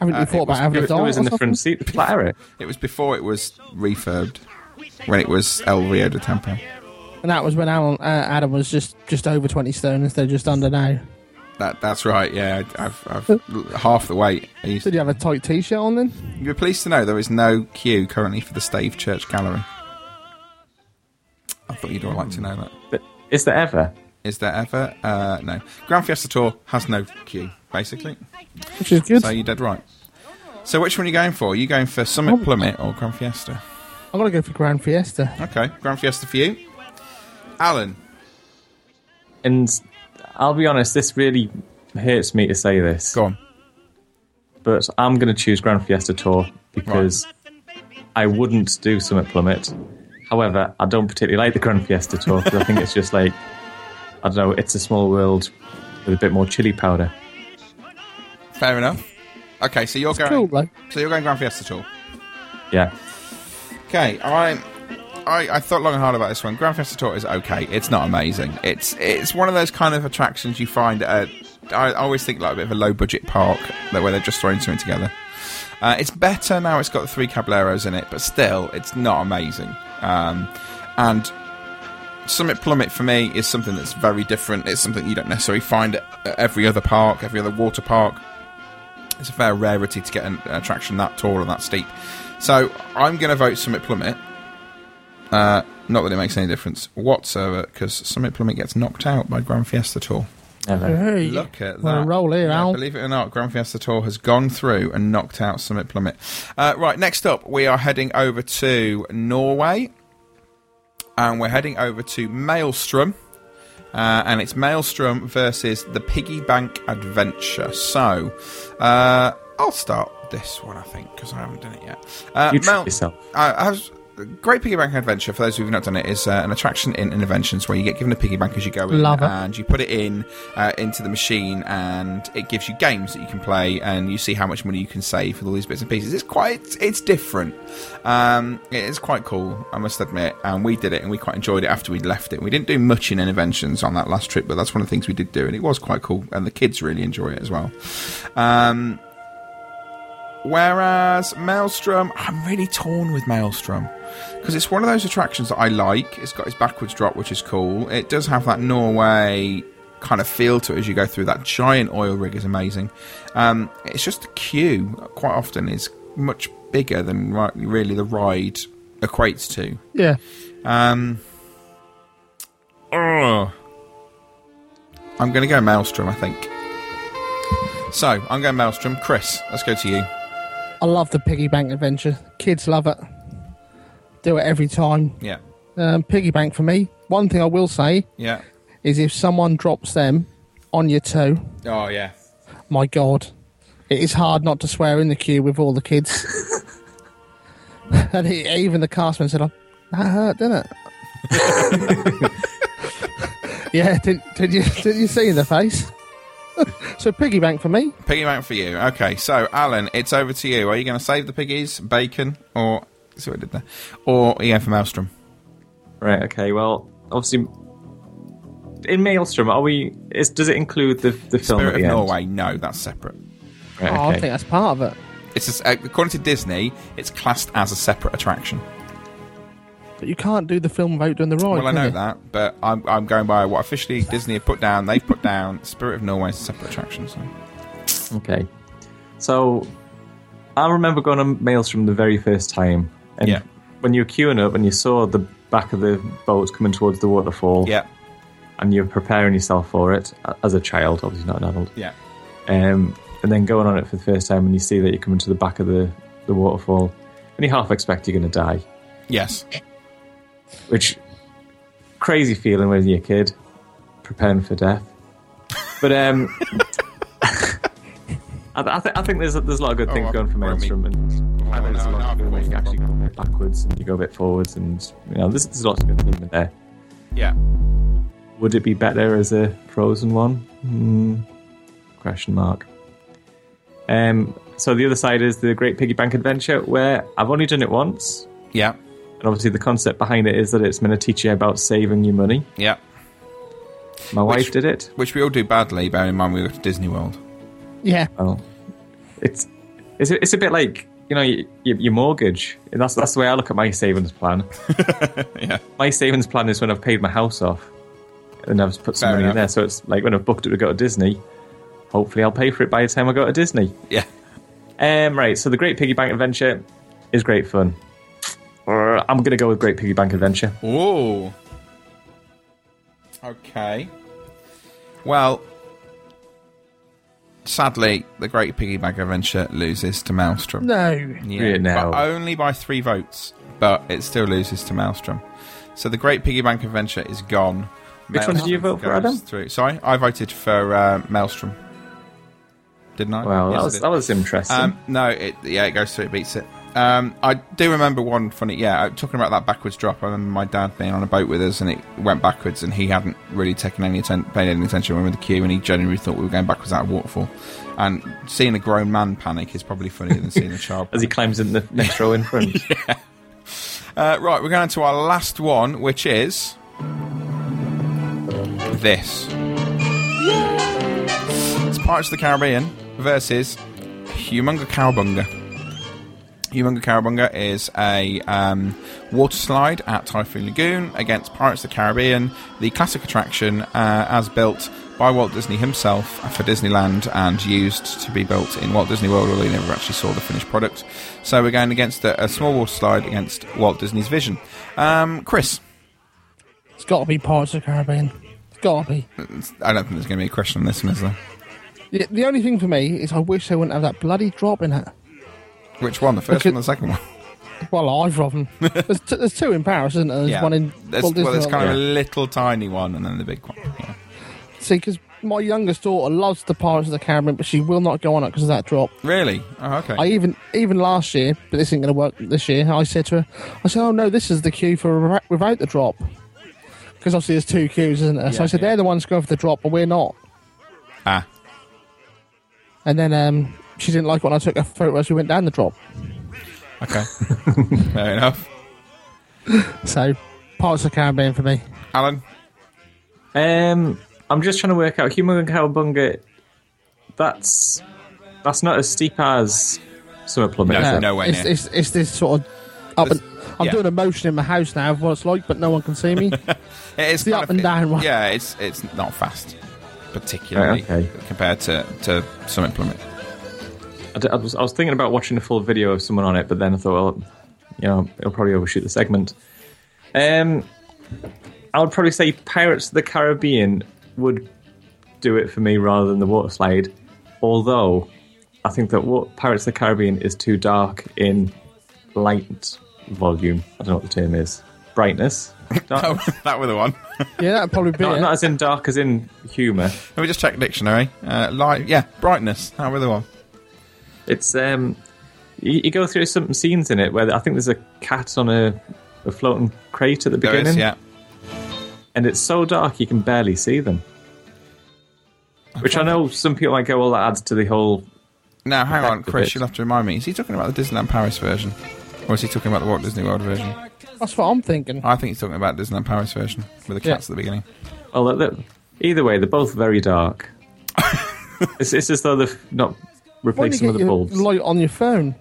[SPEAKER 3] Haven't
[SPEAKER 1] Uh,
[SPEAKER 3] you
[SPEAKER 1] it
[SPEAKER 3] thought about
[SPEAKER 1] was-
[SPEAKER 3] having
[SPEAKER 2] It
[SPEAKER 3] a
[SPEAKER 2] was,
[SPEAKER 3] dog?
[SPEAKER 2] it was in
[SPEAKER 3] or
[SPEAKER 2] the front
[SPEAKER 3] something?
[SPEAKER 2] seat. Flatter it.
[SPEAKER 1] It was before it was refurbed when it was El Rio de Tampa.
[SPEAKER 3] And that was when Alan, uh, Adam was just just over twenty stone instead of just under now.
[SPEAKER 1] That that's right. Yeah, I- I've, I've half the weight. I used
[SPEAKER 3] Did you have a tight t-shirt on then?
[SPEAKER 1] You're pleased to know there is no queue currently for the Stave Church Gallery. I thought you'd all like to know that.
[SPEAKER 2] But Is there ever?
[SPEAKER 1] Is there ever? Uh, no. Grand Fiesta Tour has no queue, basically.
[SPEAKER 3] Which is good.
[SPEAKER 1] So you're dead right. So which one are you going for? Are you going for Summit Plummet or Grand Fiesta?
[SPEAKER 3] I'm gonna go for Grand Fiesta.
[SPEAKER 1] Okay, Grand Fiesta for you. Alan,
[SPEAKER 2] And I'll be honest, this really hurts me to say this,
[SPEAKER 1] go on.
[SPEAKER 2] but I'm going to choose Grand Fiesta Tour because I wouldn't do Summit Plummet. However, I don't particularly like the Grand Fiesta Tour because I think it's just like, I don't know, it's a small world with a bit more chili powder.
[SPEAKER 1] Fair enough. Okay, so you're
[SPEAKER 3] Cool
[SPEAKER 1] going.
[SPEAKER 3] though.
[SPEAKER 1] So you're going Grand Fiesta Tour.
[SPEAKER 2] Yeah.
[SPEAKER 1] Okay, I, I I thought long and hard about this one. Grand Theft Auto is okay. It's not amazing. It's it's one of those kind of attractions you find at. a- I always think like a bit of a low budget park that- where they've just thrown something together. Uh, it's better now. It's got the three Caballeros in it, but still, it's not amazing. Um, and Summit Plummet for me is something that's very different. It's something you don't necessarily find at at every other park, every other water park. It's a fair rarity to get an attraction that tall and that steep. So I'm going to vote Summit Plummet. Uh, not that it makes any difference whatsoever, because Summit Plummet gets knocked out by Grand Fiesta Tour.
[SPEAKER 2] Never.
[SPEAKER 3] Hey,
[SPEAKER 1] Look at
[SPEAKER 3] we're on
[SPEAKER 1] that.
[SPEAKER 3] a roll here,
[SPEAKER 1] Yeah,
[SPEAKER 3] Al.
[SPEAKER 1] Believe it or not, Grand Fiesta Tour has gone through and knocked out Summit Plummet. Uh, right, next up, we are heading over to Norway. And we're heading over to Maelstrom. Uh, and it's Maelstrom versus the Piggy Bank Adventure. So, uh, I'll start this one, I think, because I haven't done it yet. Uh,
[SPEAKER 2] You treat
[SPEAKER 1] Mael-
[SPEAKER 2] yourself.
[SPEAKER 1] uh, I was- Great Piggy Bank Adventure, for those who've not done it, is uh, an attraction in Interventions where you get given a piggy bank as you go in,
[SPEAKER 3] Love it.
[SPEAKER 1] and you put it in uh, into the machine, and it gives you games that you can play, and you see how much money you can save with all these bits and pieces. It's quite, it's, it's different. Um, it is quite cool, I must admit. And we did it, and we quite enjoyed it after we'd left it. We didn't do much in Interventions on that last trip, but that's one of the things we did do, and it was quite cool, and the kids really enjoy it as well. Um, Whereas Maelstrom, I'm really torn with Maelstrom because it's one of those attractions that I like. It's got its backwards drop, which is cool. It does have that Norway kind of feel to it as you go through. That giant oil rig is amazing. Um, it's just the queue quite often is much bigger than ri- really the ride equates to.
[SPEAKER 3] Yeah.
[SPEAKER 1] Um, oh. I'm going to go Maelstrom, I think. So I'm going Maelstrom. Chris, let's go to you.
[SPEAKER 3] I love the piggy bank adventure. Kids love it. Do it every time.
[SPEAKER 1] Yeah.
[SPEAKER 3] Um, piggy bank for me. One thing I will say
[SPEAKER 1] Yeah.
[SPEAKER 3] is if someone drops them on your toe,
[SPEAKER 1] Oh yeah.
[SPEAKER 3] my God, it is hard not to swear in the queue with all the kids. and he, even the castman said, "Oh, "That hurt, didn't it?" yeah, did, did you did you see in the face? so piggy bank for me.
[SPEAKER 1] Piggy bank for you. Okay, so Alan, it's over to you. Are you going to save the piggies, bacon, or see what I did there, or are you going for Maelstrom?
[SPEAKER 2] Right, okay, well, obviously. In Maelstrom, are we? Is, does it include the, the film
[SPEAKER 1] Spirit
[SPEAKER 2] at
[SPEAKER 1] of
[SPEAKER 2] the end?
[SPEAKER 1] Norway. No, that's separate.
[SPEAKER 2] Right,
[SPEAKER 3] Oh, I
[SPEAKER 2] okay.
[SPEAKER 3] think that's part of it.
[SPEAKER 1] It's just, uh, according to Disney, it's classed as a separate attraction.
[SPEAKER 3] But you can't do the film without doing the ride.
[SPEAKER 1] Well, I
[SPEAKER 3] can
[SPEAKER 1] know
[SPEAKER 3] you?
[SPEAKER 1] that, but I'm, I'm going by what officially Disney have put down. They've put down Spirit of Norway as a separate attraction. So.
[SPEAKER 2] Okay. So I remember going to Maelstrom the very first time. And
[SPEAKER 1] Yeah.
[SPEAKER 2] when you were queuing up and you saw the back of the boat coming towards the waterfall
[SPEAKER 1] Yeah,
[SPEAKER 2] and you're preparing yourself for it a- as a child, obviously not an adult,
[SPEAKER 1] yeah,
[SPEAKER 2] um, and then going on it for the first time and you see that you're coming to the back of the, the waterfall and you half expect you're going to die,
[SPEAKER 1] yes.
[SPEAKER 2] which crazy feeling when you're a kid preparing for death. But um, I, th- I, th- I think there's a, there's a lot of good
[SPEAKER 1] Oh,
[SPEAKER 2] things
[SPEAKER 1] I-
[SPEAKER 2] going for
[SPEAKER 1] I mean-
[SPEAKER 2] Maelstrom and
[SPEAKER 1] Oh,
[SPEAKER 2] And there's
[SPEAKER 1] no,
[SPEAKER 2] a lot
[SPEAKER 1] no,
[SPEAKER 2] of good where you
[SPEAKER 1] cool.
[SPEAKER 2] actually go backwards and you go a bit forwards, and you know, there's, there's lots of good things in there.
[SPEAKER 1] Yeah,
[SPEAKER 2] Would it be better as a frozen one? Hmm. question mark. Um, so the other side is the Great Piggy Bank Adventure, where I've only done it once,
[SPEAKER 1] yeah,
[SPEAKER 2] and obviously the concept behind it is that it's meant to teach you about saving your money.
[SPEAKER 1] yeah.
[SPEAKER 2] My
[SPEAKER 1] Which-
[SPEAKER 2] wife did it.
[SPEAKER 1] Which we all do badly, bearing in mind we go to Disney World.
[SPEAKER 3] Yeah.
[SPEAKER 2] Oh, it's it's a, it's a bit like you know your, your mortgage. And that's that's the way I look at my savings plan.
[SPEAKER 1] Yeah.
[SPEAKER 2] My savings plan is when I've paid my house off, and I've put some
[SPEAKER 1] Fair
[SPEAKER 2] money
[SPEAKER 1] enough.
[SPEAKER 2] in there. So it's like when I've booked it to go to Disney. Hopefully, I'll pay for it by the time I go to Disney.
[SPEAKER 1] Yeah.
[SPEAKER 2] Um, right. So the Great Piggy Bank Adventure is great fun. Uh, I'm gonna go with Great Piggy Bank Adventure.
[SPEAKER 1] Oh. Okay. Well, sadly, the Great Piggy Bank Adventure loses to Maelstrom.
[SPEAKER 3] No.
[SPEAKER 1] Yeah,
[SPEAKER 2] Yeah, no.
[SPEAKER 1] But only by three votes, but it still loses to Maelstrom. So the Great Piggy Bank Adventure is gone.
[SPEAKER 2] Which one did you
[SPEAKER 1] Maelstrom
[SPEAKER 2] vote for,
[SPEAKER 1] goes
[SPEAKER 2] Adam?
[SPEAKER 1] Through. Sorry, I voted for uh, Maelstrom. Didn't I? Yes,
[SPEAKER 2] Well, that
[SPEAKER 1] I
[SPEAKER 2] was
[SPEAKER 1] did.
[SPEAKER 2] that was interesting.
[SPEAKER 1] Um, no, it yeah, it goes through, it beats it. Um, I do remember one funny. Yeah, I'm talking about that backwards drop. I remember my dad being on a boat with us, and it went backwards, and he hadn't really taken any atten- paid any attention when we were in the queue, and he genuinely thought we were going backwards out of waterfall. And seeing a grown man panic is probably funnier than seeing a child.
[SPEAKER 2] as he climbs in the next row in front.
[SPEAKER 1] Uh, right, we're going to our last one, which is this. It's Pirates of the Caribbean versus Humunga Cowabunga. Humunga Cowabunga is a um, water slide at Typhoon Lagoon against Pirates of the Caribbean, the classic attraction uh, as built by Walt Disney himself for Disneyland and used to be built in Walt Disney World, although he never actually saw the finished product. So we're going against a, a small water slide against Walt Disney's vision. Um, Chris,
[SPEAKER 3] It's got to be Pirates of the Caribbean. It's got to be.
[SPEAKER 1] I don't think there's going to be a question on this one, is there?
[SPEAKER 3] The, the only thing for me is I wish they wouldn't have that bloody drop in it.
[SPEAKER 1] Which one? The first
[SPEAKER 3] Okay.
[SPEAKER 1] one or the second one?
[SPEAKER 3] Well, either of them. there's, t- there's two in Paris, isn't there? There's one in
[SPEAKER 1] There's-
[SPEAKER 3] Walt Disney
[SPEAKER 1] well, there's
[SPEAKER 3] World.
[SPEAKER 1] kind of a little tiny one and then the big one. Yeah.
[SPEAKER 3] See, because my youngest daughter loves the Pirates of the Caribbean, but she will not go on it because of that drop.
[SPEAKER 1] Really? Oh, okay.
[SPEAKER 3] I even even last year, but this ain't going to work this year. I said to her, I said, "Oh no, this is the queue for re- without the drop," because obviously there's two queues, isn't there? so
[SPEAKER 1] Yeah,
[SPEAKER 3] I said
[SPEAKER 1] yeah.
[SPEAKER 3] they're the ones going for the drop, but we're not.
[SPEAKER 1] ah.
[SPEAKER 3] And then um, she didn't like it when I took a photo as we went down the drop.
[SPEAKER 1] Okay. Fair enough.
[SPEAKER 3] So Pirates of the Caribbean for me.
[SPEAKER 1] Alan?
[SPEAKER 2] Um, I'm just trying to work out Human Cowabunga. That's that's not as steep as Summer Plummet.
[SPEAKER 1] No,
[SPEAKER 2] is it?
[SPEAKER 1] no way
[SPEAKER 3] It's,
[SPEAKER 1] Uh, near.
[SPEAKER 3] it's, it's this sort of up
[SPEAKER 1] This-
[SPEAKER 3] and. I'm
[SPEAKER 1] yeah.
[SPEAKER 3] doing a motion in my house now of what it's like, but no one can see me.
[SPEAKER 1] It is
[SPEAKER 3] the
[SPEAKER 1] kind
[SPEAKER 3] up
[SPEAKER 1] of-
[SPEAKER 3] and down one.
[SPEAKER 1] Yeah, it's it's not fast, particularly
[SPEAKER 2] Right, okay.
[SPEAKER 1] compared to, to Summit Plummet.
[SPEAKER 2] I, d- I was, I was thinking about watching a full video of someone on it, but then I thought, well, you know, it'll probably overshoot the segment. Um, I would probably say Pirates of the Caribbean would do it for me rather than the water slide, although I think that what Pirates of the Caribbean is too dark in light volume. I don't know what the term is. Brightness. Dark-
[SPEAKER 1] Oh, that were the one.
[SPEAKER 3] yeah, that'd probably be
[SPEAKER 2] not,
[SPEAKER 3] it.
[SPEAKER 2] not as in dark as in humour.
[SPEAKER 1] Let me just check dictionary. Uh, light, yeah, brightness. That were the one.
[SPEAKER 2] It's um, you, you go through some scenes in it where I think there's a cat on a, a floating crate at the
[SPEAKER 1] There
[SPEAKER 2] beginning,
[SPEAKER 1] is, yeah.
[SPEAKER 2] and it's so dark you can barely see them. Which I know some people might go, well, that adds to the whole.
[SPEAKER 1] Now, hang on,
[SPEAKER 2] Effect of
[SPEAKER 1] Chris,
[SPEAKER 2] it.
[SPEAKER 1] you'll have to remind me. Is he talking about the Disneyland Paris version? Or is he talking about the Walt Disney World version?
[SPEAKER 3] That's what I'm thinking.
[SPEAKER 1] I think he's talking about Disneyland Paris version with the
[SPEAKER 3] Yeah.
[SPEAKER 1] cats at the beginning.
[SPEAKER 2] Well, that- that- either way, they're both very dark. it's, it's as though they've not
[SPEAKER 3] Why
[SPEAKER 2] replaced
[SPEAKER 3] don't you
[SPEAKER 2] some of
[SPEAKER 3] get
[SPEAKER 2] the
[SPEAKER 3] your
[SPEAKER 2] bulbs.
[SPEAKER 3] light on your phone?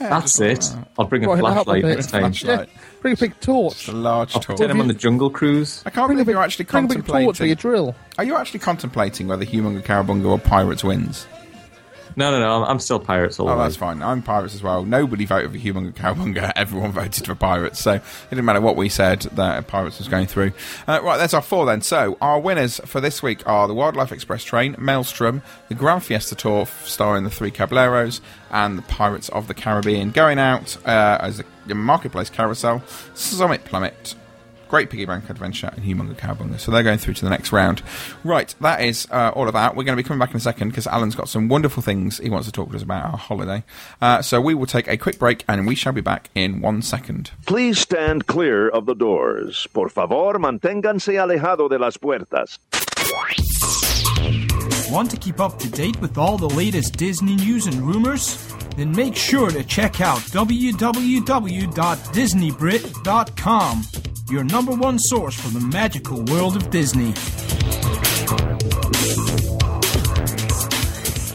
[SPEAKER 2] That's it. I'll bring a
[SPEAKER 3] Right, that'll
[SPEAKER 2] flashlight
[SPEAKER 3] be-
[SPEAKER 2] next time.
[SPEAKER 3] Yeah,
[SPEAKER 1] Right.
[SPEAKER 3] bring a big
[SPEAKER 1] It's
[SPEAKER 3] torch.
[SPEAKER 1] a large
[SPEAKER 2] I'll
[SPEAKER 1] talk.
[SPEAKER 2] pretend I'm on the jungle cruise.
[SPEAKER 1] I can't
[SPEAKER 3] Bring a
[SPEAKER 1] believe
[SPEAKER 3] big,
[SPEAKER 1] you're actually
[SPEAKER 3] bring a big torch with your
[SPEAKER 1] contemplating.
[SPEAKER 3] drill.
[SPEAKER 1] Are you actually contemplating whether Humunga Cowabunga or Pirates wins?
[SPEAKER 2] No, no, no. I'm, I'm still pirates all the
[SPEAKER 1] Oh,
[SPEAKER 2] way.
[SPEAKER 1] that's fine. I'm Pirates as well. Nobody voted for Humunga Cowabunga. Everyone voted for Pirates. So it didn't matter what we said that Pirates was going through. Uh, right, that's our four then. So our winners for this week are the Wildlife Express Train, Maelstrom, the Grand Fiesta Tour f- starring the Three Caballeros, and the Pirates of the Caribbean going out uh, as a marketplace carousel, Summit Plummet. Great Piggy Bank Adventure and Humunga Cowabunga. So they're going through to the next round. Right, that is uh, all of that. We're going to be coming back in a second because Alan's got some wonderful things he wants to talk to us about our holiday. Uh, so we will take a quick break and we shall be back in one second.
[SPEAKER 5] Please stand clear of the doors. Por favor, manténganse alejado de las puertas.
[SPEAKER 6] Want to keep up to date with all the latest Disney news and rumors? Then make sure to check out www.disneybrit.com. your number one source for the magical world of Disney.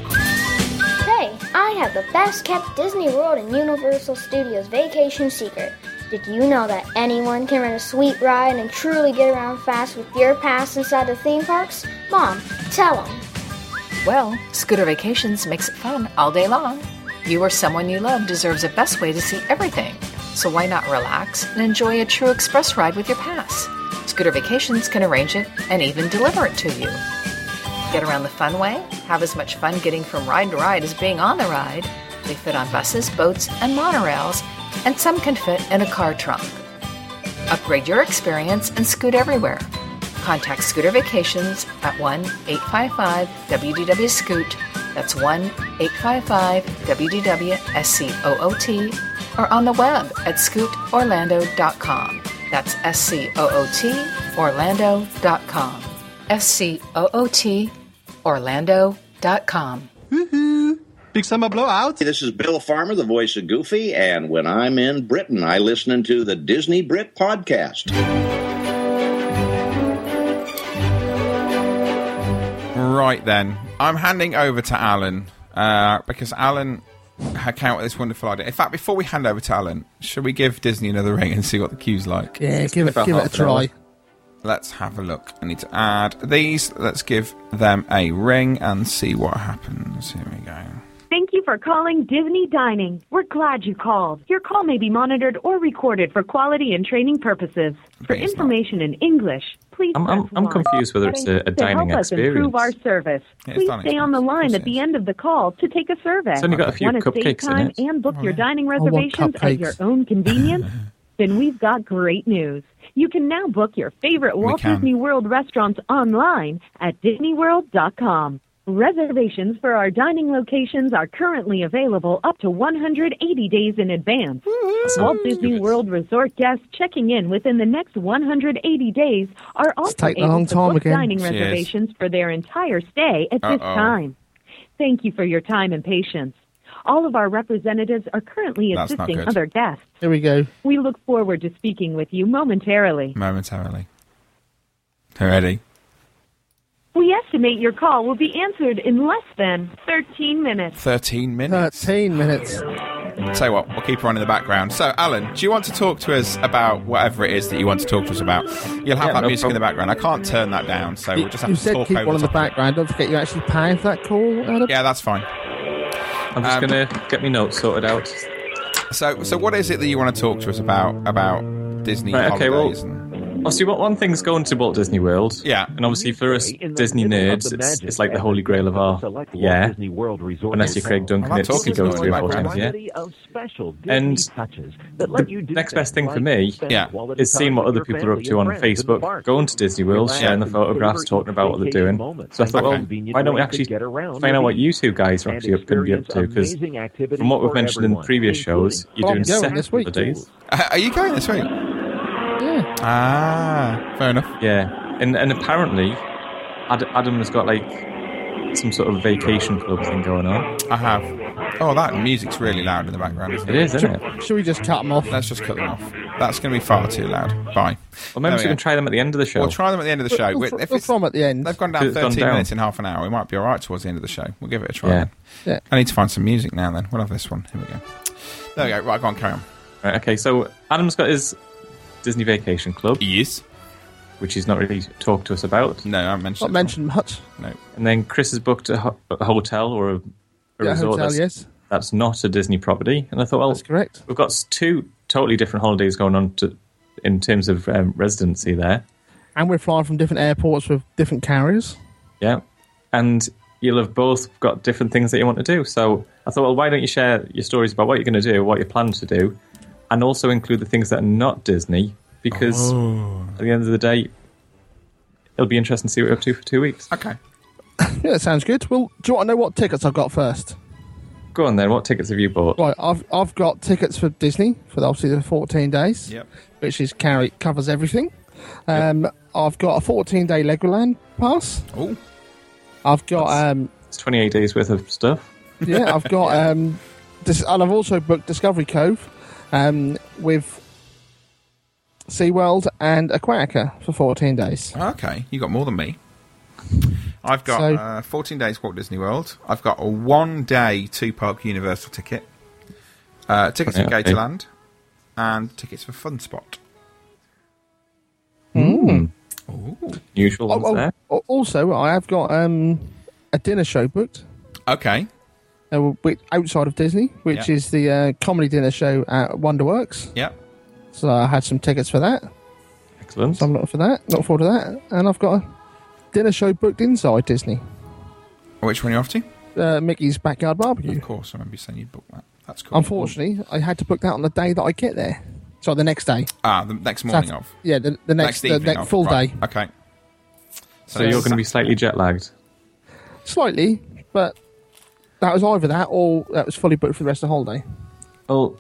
[SPEAKER 7] Hey, I have the best kept Disney World and Universal Studios vacation secret. Did you know that anyone can rent a sweet ride and truly get around fast with your pass inside the theme parks? Mom, tell them.
[SPEAKER 8] Well, Scooter Vacations makes it fun all day long. You or someone you love deserves the best way to see everything. So why not relax and enjoy a true express ride with your pass? Scooter Vacations can arrange it and even deliver it to you. Get around the fun way, have as much fun getting from ride to ride as being on the ride. They fit on buses, boats, and monorails, and some can fit in a car trunk. Upgrade your experience and scoot everywhere. Contact Scooter Vacations at 1 855 WDW Scoot. That's 1 855 WDW SCOOT or on the web at scootorlando.com. That's S C O O T Orlando.com. S C O O T Orlando.com.
[SPEAKER 9] Big summer blowout. This is Bill Farmer, the voice of Goofy, and when I'm in Britain, I listen to the Disney Brit podcast.
[SPEAKER 1] Right then, I'm handing over to Alan uh, because Alan ha- came up with this wonderful idea. In fact, before we hand over to Alan, should we give Disney another ring and see what the queue's like?
[SPEAKER 3] Yeah, give it,
[SPEAKER 1] About
[SPEAKER 3] give it a
[SPEAKER 1] half an hour.
[SPEAKER 3] try.
[SPEAKER 1] Let's have a look. I need to add these. Let's give them a ring and see what happens. Here we go.
[SPEAKER 4] Thank you for calling Disney Dining. We're glad you called. Your call may be monitored or recorded for quality and training purposes. For
[SPEAKER 1] it's
[SPEAKER 4] information in English, please
[SPEAKER 2] I'm- I'm-
[SPEAKER 4] press
[SPEAKER 2] I'm
[SPEAKER 4] one.
[SPEAKER 2] confused whether it's a- a
[SPEAKER 4] To
[SPEAKER 2] dining
[SPEAKER 4] help us improve
[SPEAKER 2] experience.
[SPEAKER 4] our service.
[SPEAKER 1] Yeah, it's
[SPEAKER 4] please
[SPEAKER 1] dining
[SPEAKER 4] stay on the line at the end of the call to take a survey.
[SPEAKER 2] It's only got a few
[SPEAKER 4] Want to save
[SPEAKER 2] cupcakes in
[SPEAKER 4] time
[SPEAKER 2] it.
[SPEAKER 4] and book your dining
[SPEAKER 3] I want
[SPEAKER 4] reservations at your
[SPEAKER 3] cupcakes.
[SPEAKER 4] own convenience? then we've got great news. You can now book your favorite Walt
[SPEAKER 1] can.
[SPEAKER 4] Disney World restaurants online at DisneyWorld.com. Reservations for our dining locations are currently available up to 180 days in advance. Walt Disney World resort guests checking in within the next 180 days are also
[SPEAKER 3] taking a
[SPEAKER 4] able
[SPEAKER 3] long
[SPEAKER 4] to
[SPEAKER 3] time
[SPEAKER 4] book
[SPEAKER 3] again.
[SPEAKER 4] dining
[SPEAKER 1] Cheers.
[SPEAKER 4] reservations for their entire stay at this
[SPEAKER 1] Uh-oh.
[SPEAKER 4] time. Thank you for your time and patience. All of our representatives are currently
[SPEAKER 1] That's not
[SPEAKER 4] assisting
[SPEAKER 1] good.
[SPEAKER 4] other guests.
[SPEAKER 3] Here we go.
[SPEAKER 4] We look forward to speaking with you momentarily.
[SPEAKER 1] Momentarily. Already.
[SPEAKER 4] We estimate your call will be answered in less than 13 minutes.
[SPEAKER 1] 13 minutes.
[SPEAKER 3] 13 minutes.
[SPEAKER 1] Tell you what, we'll keep her on in the background. So, Alan, do you want to talk to us about whatever it is that you want to talk to us about? You'll have
[SPEAKER 2] Yeah,
[SPEAKER 1] that
[SPEAKER 2] no
[SPEAKER 1] music in the background. I can't turn that down, so we'll just have
[SPEAKER 3] You
[SPEAKER 1] to
[SPEAKER 3] said
[SPEAKER 1] talk
[SPEAKER 3] keep
[SPEAKER 1] over
[SPEAKER 3] one in the
[SPEAKER 1] top of it.
[SPEAKER 3] background. Don't forget you actually pay for that call, Adam.
[SPEAKER 1] Yeah, that's fine.
[SPEAKER 2] I'm just
[SPEAKER 1] Um,
[SPEAKER 2] going to get my notes sorted out.
[SPEAKER 1] So, so what is it that you want to talk to us about about Disney
[SPEAKER 2] Right, okay, well-
[SPEAKER 1] holidays? and,
[SPEAKER 2] Obviously, what one thing's going to Walt Disney World.
[SPEAKER 1] Yeah.
[SPEAKER 2] And obviously, for us Disney nerds, it's, it's like the holy grail of our.
[SPEAKER 10] yeah.
[SPEAKER 2] Yeah.
[SPEAKER 10] Disney World resort
[SPEAKER 2] Unless you're Craig Duncan,
[SPEAKER 1] I'm
[SPEAKER 2] it's
[SPEAKER 1] talking
[SPEAKER 2] you go
[SPEAKER 1] to
[SPEAKER 2] three
[SPEAKER 1] him
[SPEAKER 2] or
[SPEAKER 1] in
[SPEAKER 2] four
[SPEAKER 1] the
[SPEAKER 2] times, yeah. And
[SPEAKER 10] And touches that let you do
[SPEAKER 2] next best
[SPEAKER 10] things
[SPEAKER 2] thing for
[SPEAKER 10] like
[SPEAKER 2] me
[SPEAKER 10] spend
[SPEAKER 1] Yeah.
[SPEAKER 10] quality
[SPEAKER 2] Is seeing
[SPEAKER 10] time
[SPEAKER 2] what
[SPEAKER 10] with
[SPEAKER 2] other
[SPEAKER 10] your
[SPEAKER 2] people are
[SPEAKER 10] family
[SPEAKER 2] up
[SPEAKER 10] and
[SPEAKER 2] to on
[SPEAKER 10] friends in the
[SPEAKER 2] Facebook,
[SPEAKER 10] park.
[SPEAKER 2] going to Disney World,
[SPEAKER 10] Relax
[SPEAKER 2] sharing the
[SPEAKER 10] and
[SPEAKER 2] photographs,
[SPEAKER 10] savor
[SPEAKER 2] talking about what they're
[SPEAKER 10] vacation
[SPEAKER 2] doing.
[SPEAKER 10] moments
[SPEAKER 2] So I thought,
[SPEAKER 10] and
[SPEAKER 2] well,
[SPEAKER 10] convenient
[SPEAKER 2] why don't we
[SPEAKER 10] ways to
[SPEAKER 2] actually
[SPEAKER 10] get around
[SPEAKER 2] find
[SPEAKER 10] the
[SPEAKER 2] out what
[SPEAKER 10] beach
[SPEAKER 2] you two guys are
[SPEAKER 10] and
[SPEAKER 2] actually up going to be up to? Because
[SPEAKER 10] experience amazing activities
[SPEAKER 2] from what we've
[SPEAKER 10] for
[SPEAKER 2] mentioned in
[SPEAKER 10] everyone,
[SPEAKER 2] previous shows,
[SPEAKER 10] including
[SPEAKER 3] Well,
[SPEAKER 2] you're
[SPEAKER 3] I'm
[SPEAKER 2] doing
[SPEAKER 3] going
[SPEAKER 2] seven
[SPEAKER 3] this week.
[SPEAKER 2] holidays.
[SPEAKER 1] Uh, are you going this week?
[SPEAKER 3] Yeah.
[SPEAKER 1] Ah, fair enough.
[SPEAKER 2] Yeah, and and apparently, Ad- Adam has got like some sort of vacation club thing going on.
[SPEAKER 1] I have. Oh, that music's really loud in the background, isn't
[SPEAKER 2] It
[SPEAKER 1] it?
[SPEAKER 2] is, isn't it? Or
[SPEAKER 3] Should we just cut them off?
[SPEAKER 1] Let's just cut them off. That's going to be far too loud. Bye.
[SPEAKER 2] maybe
[SPEAKER 1] There
[SPEAKER 2] we
[SPEAKER 1] go.
[SPEAKER 2] can try them at the end of the show.
[SPEAKER 1] Oh, We'll try them at the end of the show.
[SPEAKER 3] We'll,
[SPEAKER 1] If
[SPEAKER 3] we
[SPEAKER 1] it's-
[SPEAKER 3] from at the end.
[SPEAKER 1] They've gone down
[SPEAKER 2] It's gone
[SPEAKER 1] 13
[SPEAKER 2] down.
[SPEAKER 1] minutes in half an hour. We might be all right towards the end of the show. We'll give it a try.
[SPEAKER 2] Yeah.
[SPEAKER 1] then.
[SPEAKER 3] Yeah.
[SPEAKER 1] I need to find some music now then. We'll have this one. Here we go. There we go. Right, go on, carry on.
[SPEAKER 2] Right, okay, so Adam's got his Disney Vacation Club,
[SPEAKER 1] Yes.
[SPEAKER 2] which he's not really talked to us about,
[SPEAKER 1] No, I haven't mentioned
[SPEAKER 3] Not
[SPEAKER 1] it.
[SPEAKER 3] mentioned much.
[SPEAKER 1] No.
[SPEAKER 2] and then Chris has booked a, ho- a hotel or a, a
[SPEAKER 3] Yeah,
[SPEAKER 2] resort
[SPEAKER 3] hotel,
[SPEAKER 2] that's,
[SPEAKER 3] yes.
[SPEAKER 2] that's not a Disney property, and I thought, well,
[SPEAKER 3] That's correct.
[SPEAKER 2] We've got s- two totally different holidays going on to, in terms of um, residency there.
[SPEAKER 3] And we're flying from different airports with different carriers.
[SPEAKER 2] Yeah. And you'll have both got different things that you want to do. So I thought, well, why don't you share your stories about what you're going to do, what you plan to do, and also include the things that are not Disney, because at the end of the day, it'll be interesting to see what you're up to for two weeks.
[SPEAKER 1] Okay.
[SPEAKER 3] Yeah, that sounds good. Well, do you want to know what tickets I've got first?
[SPEAKER 2] Go on then, what tickets have you bought?
[SPEAKER 3] Right, I've I've got tickets for Disney for the, obviously the 14 days,
[SPEAKER 1] Yep.
[SPEAKER 3] which is carry covers everything. Um, I've got a 14 day Legoland pass.
[SPEAKER 1] Oh,
[SPEAKER 3] I've got um,
[SPEAKER 2] It's 28 days worth of stuff.
[SPEAKER 3] yeah, I've got um, dis- and I've also booked Discovery Cove, um, with SeaWorld, and Aquatica for 14 days.
[SPEAKER 1] Okay, you got more than me. I've got
[SPEAKER 3] So-
[SPEAKER 1] uh, 14 days Walt Disney World. I've got a one day two park Universal ticket, uh, tickets for
[SPEAKER 2] Yeah, okay.
[SPEAKER 1] Gatorland, and tickets for Fun Spot.
[SPEAKER 2] Mm. Usual
[SPEAKER 3] Oh,
[SPEAKER 2] ones
[SPEAKER 3] oh,
[SPEAKER 2] there.
[SPEAKER 3] al- also, I have got um, a dinner show booked
[SPEAKER 1] Okay.
[SPEAKER 3] uh, which, outside of Disney, which
[SPEAKER 1] Yeah.
[SPEAKER 3] is the uh, comedy dinner show at Wonderworks.
[SPEAKER 1] Yep.
[SPEAKER 3] So I had some tickets for that.
[SPEAKER 2] Excellent.
[SPEAKER 3] So I'm looking for that. Look forward to that. And I've got a dinner show booked inside Disney.
[SPEAKER 1] Which one are you off to?
[SPEAKER 3] Uh, Mickey's backyard barbecue.
[SPEAKER 1] Of course, I remember you saying you'd book that. That's cool.
[SPEAKER 3] Unfortunately, I had to book that on the day that I get there. So the next day.
[SPEAKER 1] Ah, the next morning
[SPEAKER 3] Sat-
[SPEAKER 1] of.
[SPEAKER 3] Yeah, the, the next, the,
[SPEAKER 1] evening
[SPEAKER 3] next
[SPEAKER 1] of,
[SPEAKER 3] full
[SPEAKER 1] right,
[SPEAKER 3] day.
[SPEAKER 1] Okay.
[SPEAKER 2] So you're going to be
[SPEAKER 1] Sat-
[SPEAKER 2] slightly jet lagged.
[SPEAKER 3] Slightly, but that was either that or that was fully booked for the rest of the holiday.
[SPEAKER 2] Well,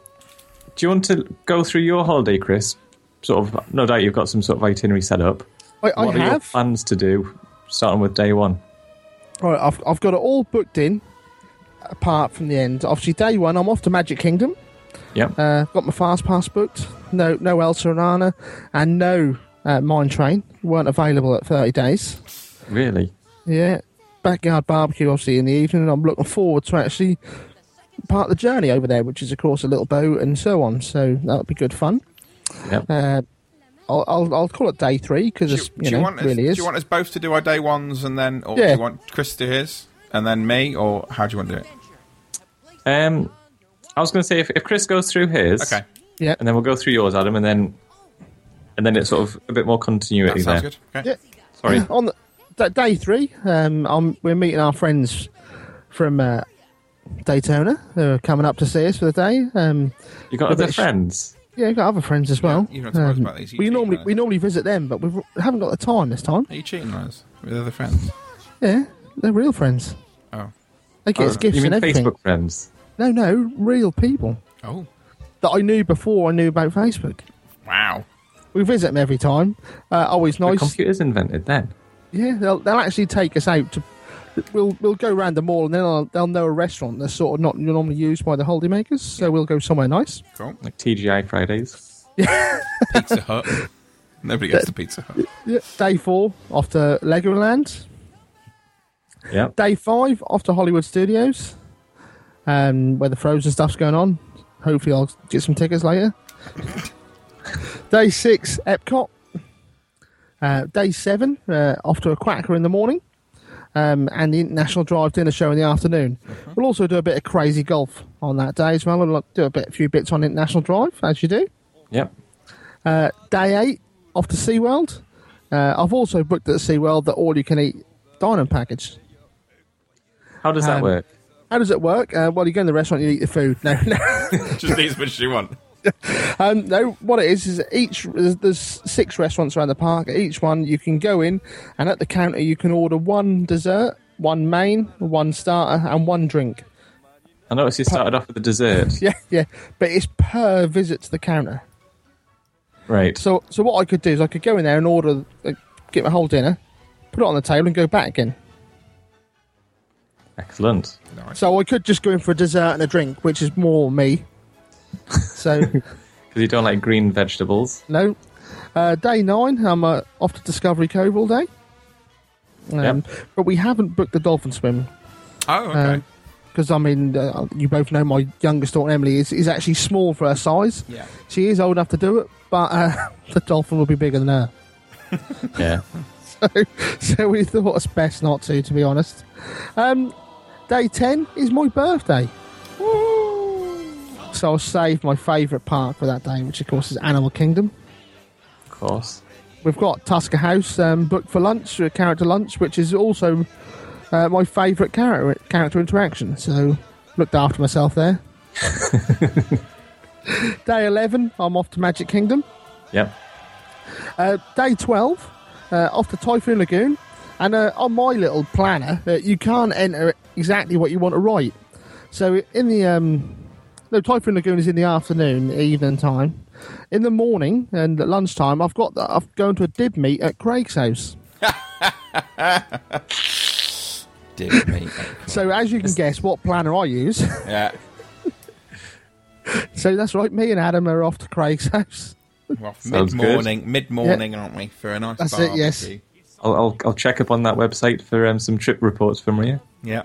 [SPEAKER 2] do you want to go through your holiday, Chris? Sort of, no doubt you've got some sort of itinerary set up.
[SPEAKER 3] I, I
[SPEAKER 2] what are your
[SPEAKER 3] have.
[SPEAKER 2] plans to do, starting with day one?
[SPEAKER 3] Right, I've, I've got it all booked in, apart from the end. Obviously, day one, I'm off to Magic Kingdom.
[SPEAKER 2] Yep.
[SPEAKER 3] Uh, got my fast pass booked. No, no Elsa and Anna, and no uh, Mine Train weren't available at 30 days.
[SPEAKER 2] Really?
[SPEAKER 3] Yeah, backyard barbecue obviously in the evening, and I'm looking forward to actually part of the journey over there, which is of course a little boat and so on. So that'll be good fun.
[SPEAKER 2] Yep.
[SPEAKER 3] Uh, I'll, I'll I'll call it day three because
[SPEAKER 1] Do
[SPEAKER 3] it's
[SPEAKER 1] you,
[SPEAKER 3] you,
[SPEAKER 1] do
[SPEAKER 3] know
[SPEAKER 1] you want us,
[SPEAKER 3] really is.
[SPEAKER 1] Do you want us both to do our day ones and then, or do
[SPEAKER 3] Yeah.
[SPEAKER 1] you want Chris to do his and then me, or how do you want to do it?
[SPEAKER 2] Um, I was going to say if, if Chris goes through his,
[SPEAKER 1] Okay.
[SPEAKER 3] Yep.
[SPEAKER 2] and then we'll go through yours, Adam, and then and then it's sort of a bit more
[SPEAKER 1] That
[SPEAKER 2] continuity
[SPEAKER 1] sounds
[SPEAKER 2] there.
[SPEAKER 1] good. Okay.
[SPEAKER 2] Sorry.
[SPEAKER 3] on the, da- day three, um, I'm, we're meeting our friends from uh, Daytona who are coming up to see us for the day. Um,
[SPEAKER 2] You got
[SPEAKER 3] a bit
[SPEAKER 2] other
[SPEAKER 3] of sh-
[SPEAKER 2] friends.
[SPEAKER 3] yeah, we've got other friends as well.
[SPEAKER 1] you're not surprised
[SPEAKER 3] Um,
[SPEAKER 1] about these. You
[SPEAKER 3] we
[SPEAKER 1] cheating
[SPEAKER 3] normally
[SPEAKER 1] on us.
[SPEAKER 3] we normally visit them, but we've, we haven't got the time this time.
[SPEAKER 1] Are you cheating on us with other friends?
[SPEAKER 3] Yeah, they're real friends.
[SPEAKER 1] Oh.
[SPEAKER 3] They get us gifts
[SPEAKER 2] you mean
[SPEAKER 3] and everything.
[SPEAKER 2] Facebook friends?
[SPEAKER 3] No, no, real people
[SPEAKER 1] Oh.
[SPEAKER 3] that I knew before I knew about Facebook.
[SPEAKER 1] Wow.
[SPEAKER 3] We visit them every time. Uh, always
[SPEAKER 2] The
[SPEAKER 3] nice.
[SPEAKER 2] computers invented then.
[SPEAKER 3] yeah, they'll, they'll actually take us out to. We'll we'll go round the mall and then they'll, they'll know a restaurant that's sort of not normally used by the holiday makers. So we'll go somewhere nice.
[SPEAKER 1] Cool.
[SPEAKER 2] Like TGI Fridays.
[SPEAKER 1] Pizza Hut. Nobody gets the Pizza Hut.
[SPEAKER 3] Yeah, day four off to Legoland.
[SPEAKER 2] Yep.
[SPEAKER 3] Day five off to Hollywood Studios, um, where the Frozen stuff's going on. Hopefully, I'll get some tickets later. day six, Epcot. Uh, day seven, uh, off to a quacker in the morning, um, and the International Drive Dinner Show in the afternoon. We'll also do a bit of crazy golf on that day as well. We'll like, do a bit, few bits on International Drive as you do.
[SPEAKER 2] Yep.
[SPEAKER 3] Uh, day eight, off to SeaWorld. Uh, I've also booked at SeaWorld the all you can eat dining package.
[SPEAKER 2] How does that
[SPEAKER 3] Um,
[SPEAKER 2] work?
[SPEAKER 3] How does it work? Uh, well, you go in the restaurant, you eat the food. No, no,
[SPEAKER 1] Just eat as much as you want.
[SPEAKER 3] um, no. What it is is each there's, there's six restaurants around the park. At each one, you can go in, and at the counter, you can order one dessert, one main, one starter, and one drink.
[SPEAKER 2] I noticed you started off with a dessert.
[SPEAKER 3] Yeah, yeah. But it's per visit to the counter.
[SPEAKER 2] Right.
[SPEAKER 3] So, so what I could do is I could go in there and order, uh, get my whole dinner, put it on the table, and go back again.
[SPEAKER 2] Excellent.
[SPEAKER 3] So I could just go in for a dessert and a drink, which is more me. So
[SPEAKER 2] Because you don't like green vegetables.
[SPEAKER 3] no. Uh, day nine, I'm uh, off to Discovery Cove all day. Um, But we haven't booked the dolphin swim
[SPEAKER 1] Oh, okay.
[SPEAKER 3] Um, because I mean, uh, you both know my youngest daughter Emily is, is actually small for her size.
[SPEAKER 1] yeah.
[SPEAKER 3] She is old enough to do it, but uh, the dolphin will be bigger than her.
[SPEAKER 2] Yeah.
[SPEAKER 3] So we thought it's best not to, to be honest. Um, day 10 is my birthday. So I'll save my favourite park for that day, which of course is Animal Kingdom.
[SPEAKER 2] of course.
[SPEAKER 3] We've got Tusker House um, booked for lunch, a character lunch, which is also uh, my favourite character character interaction. So looked after myself there. day eleven, I'm off to Magic Kingdom.
[SPEAKER 2] Yep.
[SPEAKER 3] Uh, day twelve, uh, off to Typhoon Lagoon, and uh, on my little planner, uh, you can't enter exactly what you want to write. So in the um, no Typhoon Lagoon is in the afternoon, evening time. In the morning and at lunchtime, I've got that I've gone to a dib meet at Craig's house.
[SPEAKER 1] Dear me.
[SPEAKER 3] So as you can guess, what planner I use.
[SPEAKER 1] Yeah.
[SPEAKER 3] so that's right. Me and Adam are off to Craig's house.
[SPEAKER 1] Well,
[SPEAKER 2] Sounds
[SPEAKER 1] mid
[SPEAKER 2] good.
[SPEAKER 1] morning, mid morning, aren't we? For a nice
[SPEAKER 3] That's it,
[SPEAKER 1] barbecue.
[SPEAKER 3] yes.
[SPEAKER 2] I'll, I'll I'll check up on that website for um, some trip reports for Maria.
[SPEAKER 1] Yeah.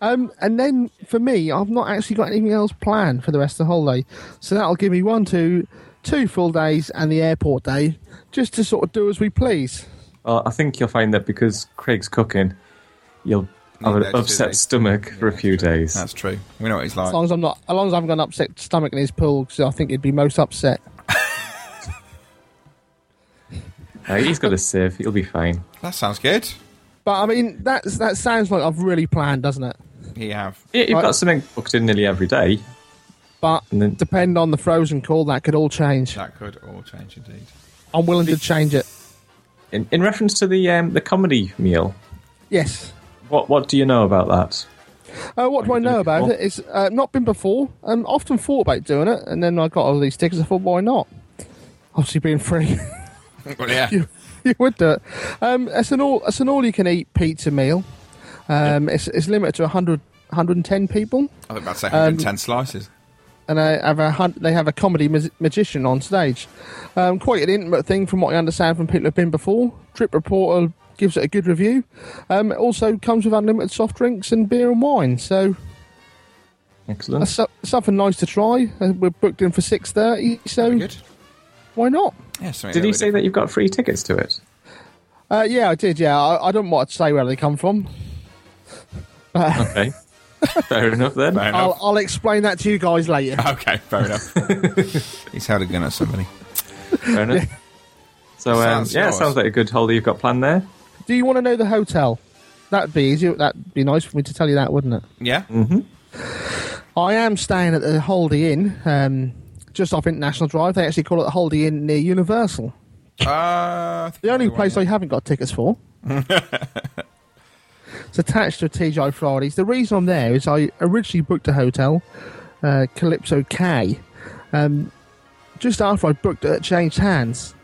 [SPEAKER 3] Um, and then for me, I've not actually got anything else planned for the rest of the holiday, so that'll give me one, two, two full days and the airport day, just to sort of do as we please.
[SPEAKER 2] Well, I think you'll find that because Craig's cooking, you'll have
[SPEAKER 1] Yeah,
[SPEAKER 2] an
[SPEAKER 1] that's
[SPEAKER 2] upset
[SPEAKER 1] true.
[SPEAKER 2] stomach for a few days.
[SPEAKER 1] That's true. We know what he's like.
[SPEAKER 3] As long as I'm not, as long as I haven't got an upset stomach in his pool, because I think he'd be most upset.
[SPEAKER 2] Uh, he's got a sieve. He'll be fine.
[SPEAKER 1] That sounds good.
[SPEAKER 3] But I mean, that's that sounds like I've really planned, doesn't it?
[SPEAKER 1] You have.
[SPEAKER 2] Yeah, you've
[SPEAKER 3] Right.
[SPEAKER 2] got something booked in nearly every day.
[SPEAKER 3] But
[SPEAKER 2] And then-
[SPEAKER 3] depend on the frozen call, that could all change.
[SPEAKER 1] That could all change indeed.
[SPEAKER 3] I'm willing to change it.
[SPEAKER 2] In, in reference to the um, the comedy meal,
[SPEAKER 3] Yes.
[SPEAKER 2] what what do you know about that?
[SPEAKER 3] Uh, what do I know about it? It's uh, not been before. Um, often thought about doing it, and then I got all these stickers. I thought, why not? Obviously, being free,
[SPEAKER 1] Well, yeah.
[SPEAKER 3] you, you would do it. Um, it's an all it's an all you can eat pizza meal. Um, it's, it's limited to 100, 110 people,
[SPEAKER 1] I think about to say
[SPEAKER 3] Um,
[SPEAKER 1] 110 slices.
[SPEAKER 3] and they have a hun- they have a comedy mag- magician on stage. Um, quite an intimate thing, from what I understand from people who've been before. Trip reporter gives it a good review. Um, it also comes with unlimited soft drinks and beer and wine. So.
[SPEAKER 2] Excellent.
[SPEAKER 3] That's so- something nice to try. Uh, We're booked in for six thirty, so
[SPEAKER 1] Very good.
[SPEAKER 3] why not?
[SPEAKER 1] Yeah, something
[SPEAKER 2] Did
[SPEAKER 1] that
[SPEAKER 2] he
[SPEAKER 1] we
[SPEAKER 2] say that you've got free tickets to it?
[SPEAKER 3] Uh, yeah, I did. Yeah, I, I don't want to say where they come from. But
[SPEAKER 2] Okay. Fair enough then.
[SPEAKER 1] Fair enough.
[SPEAKER 3] I'll, I'll explain that to you guys later.
[SPEAKER 1] Okay, fair enough. he's held a gun at somebody.
[SPEAKER 2] Fair enough. So um,
[SPEAKER 1] Sounds
[SPEAKER 2] yeah,
[SPEAKER 1] nice.
[SPEAKER 2] sounds like a good holiday you've got planned there.
[SPEAKER 3] Do you want to know the hotel? That'd be easy. That'd be nice for me to tell you that, wouldn't it?
[SPEAKER 1] Yeah?
[SPEAKER 3] Mm. I am staying at the Holiday Inn, um, just off International Drive. They actually call it the Holiday Inn near Universal.
[SPEAKER 1] Uh, I think
[SPEAKER 3] The only
[SPEAKER 1] the one,
[SPEAKER 3] place
[SPEAKER 1] yeah.
[SPEAKER 3] I haven't got tickets for. it's attached to TGI Fridays. The reason I'm there is I originally booked a hotel, uh, Calypso K. Um, just after I booked it, it changed hands.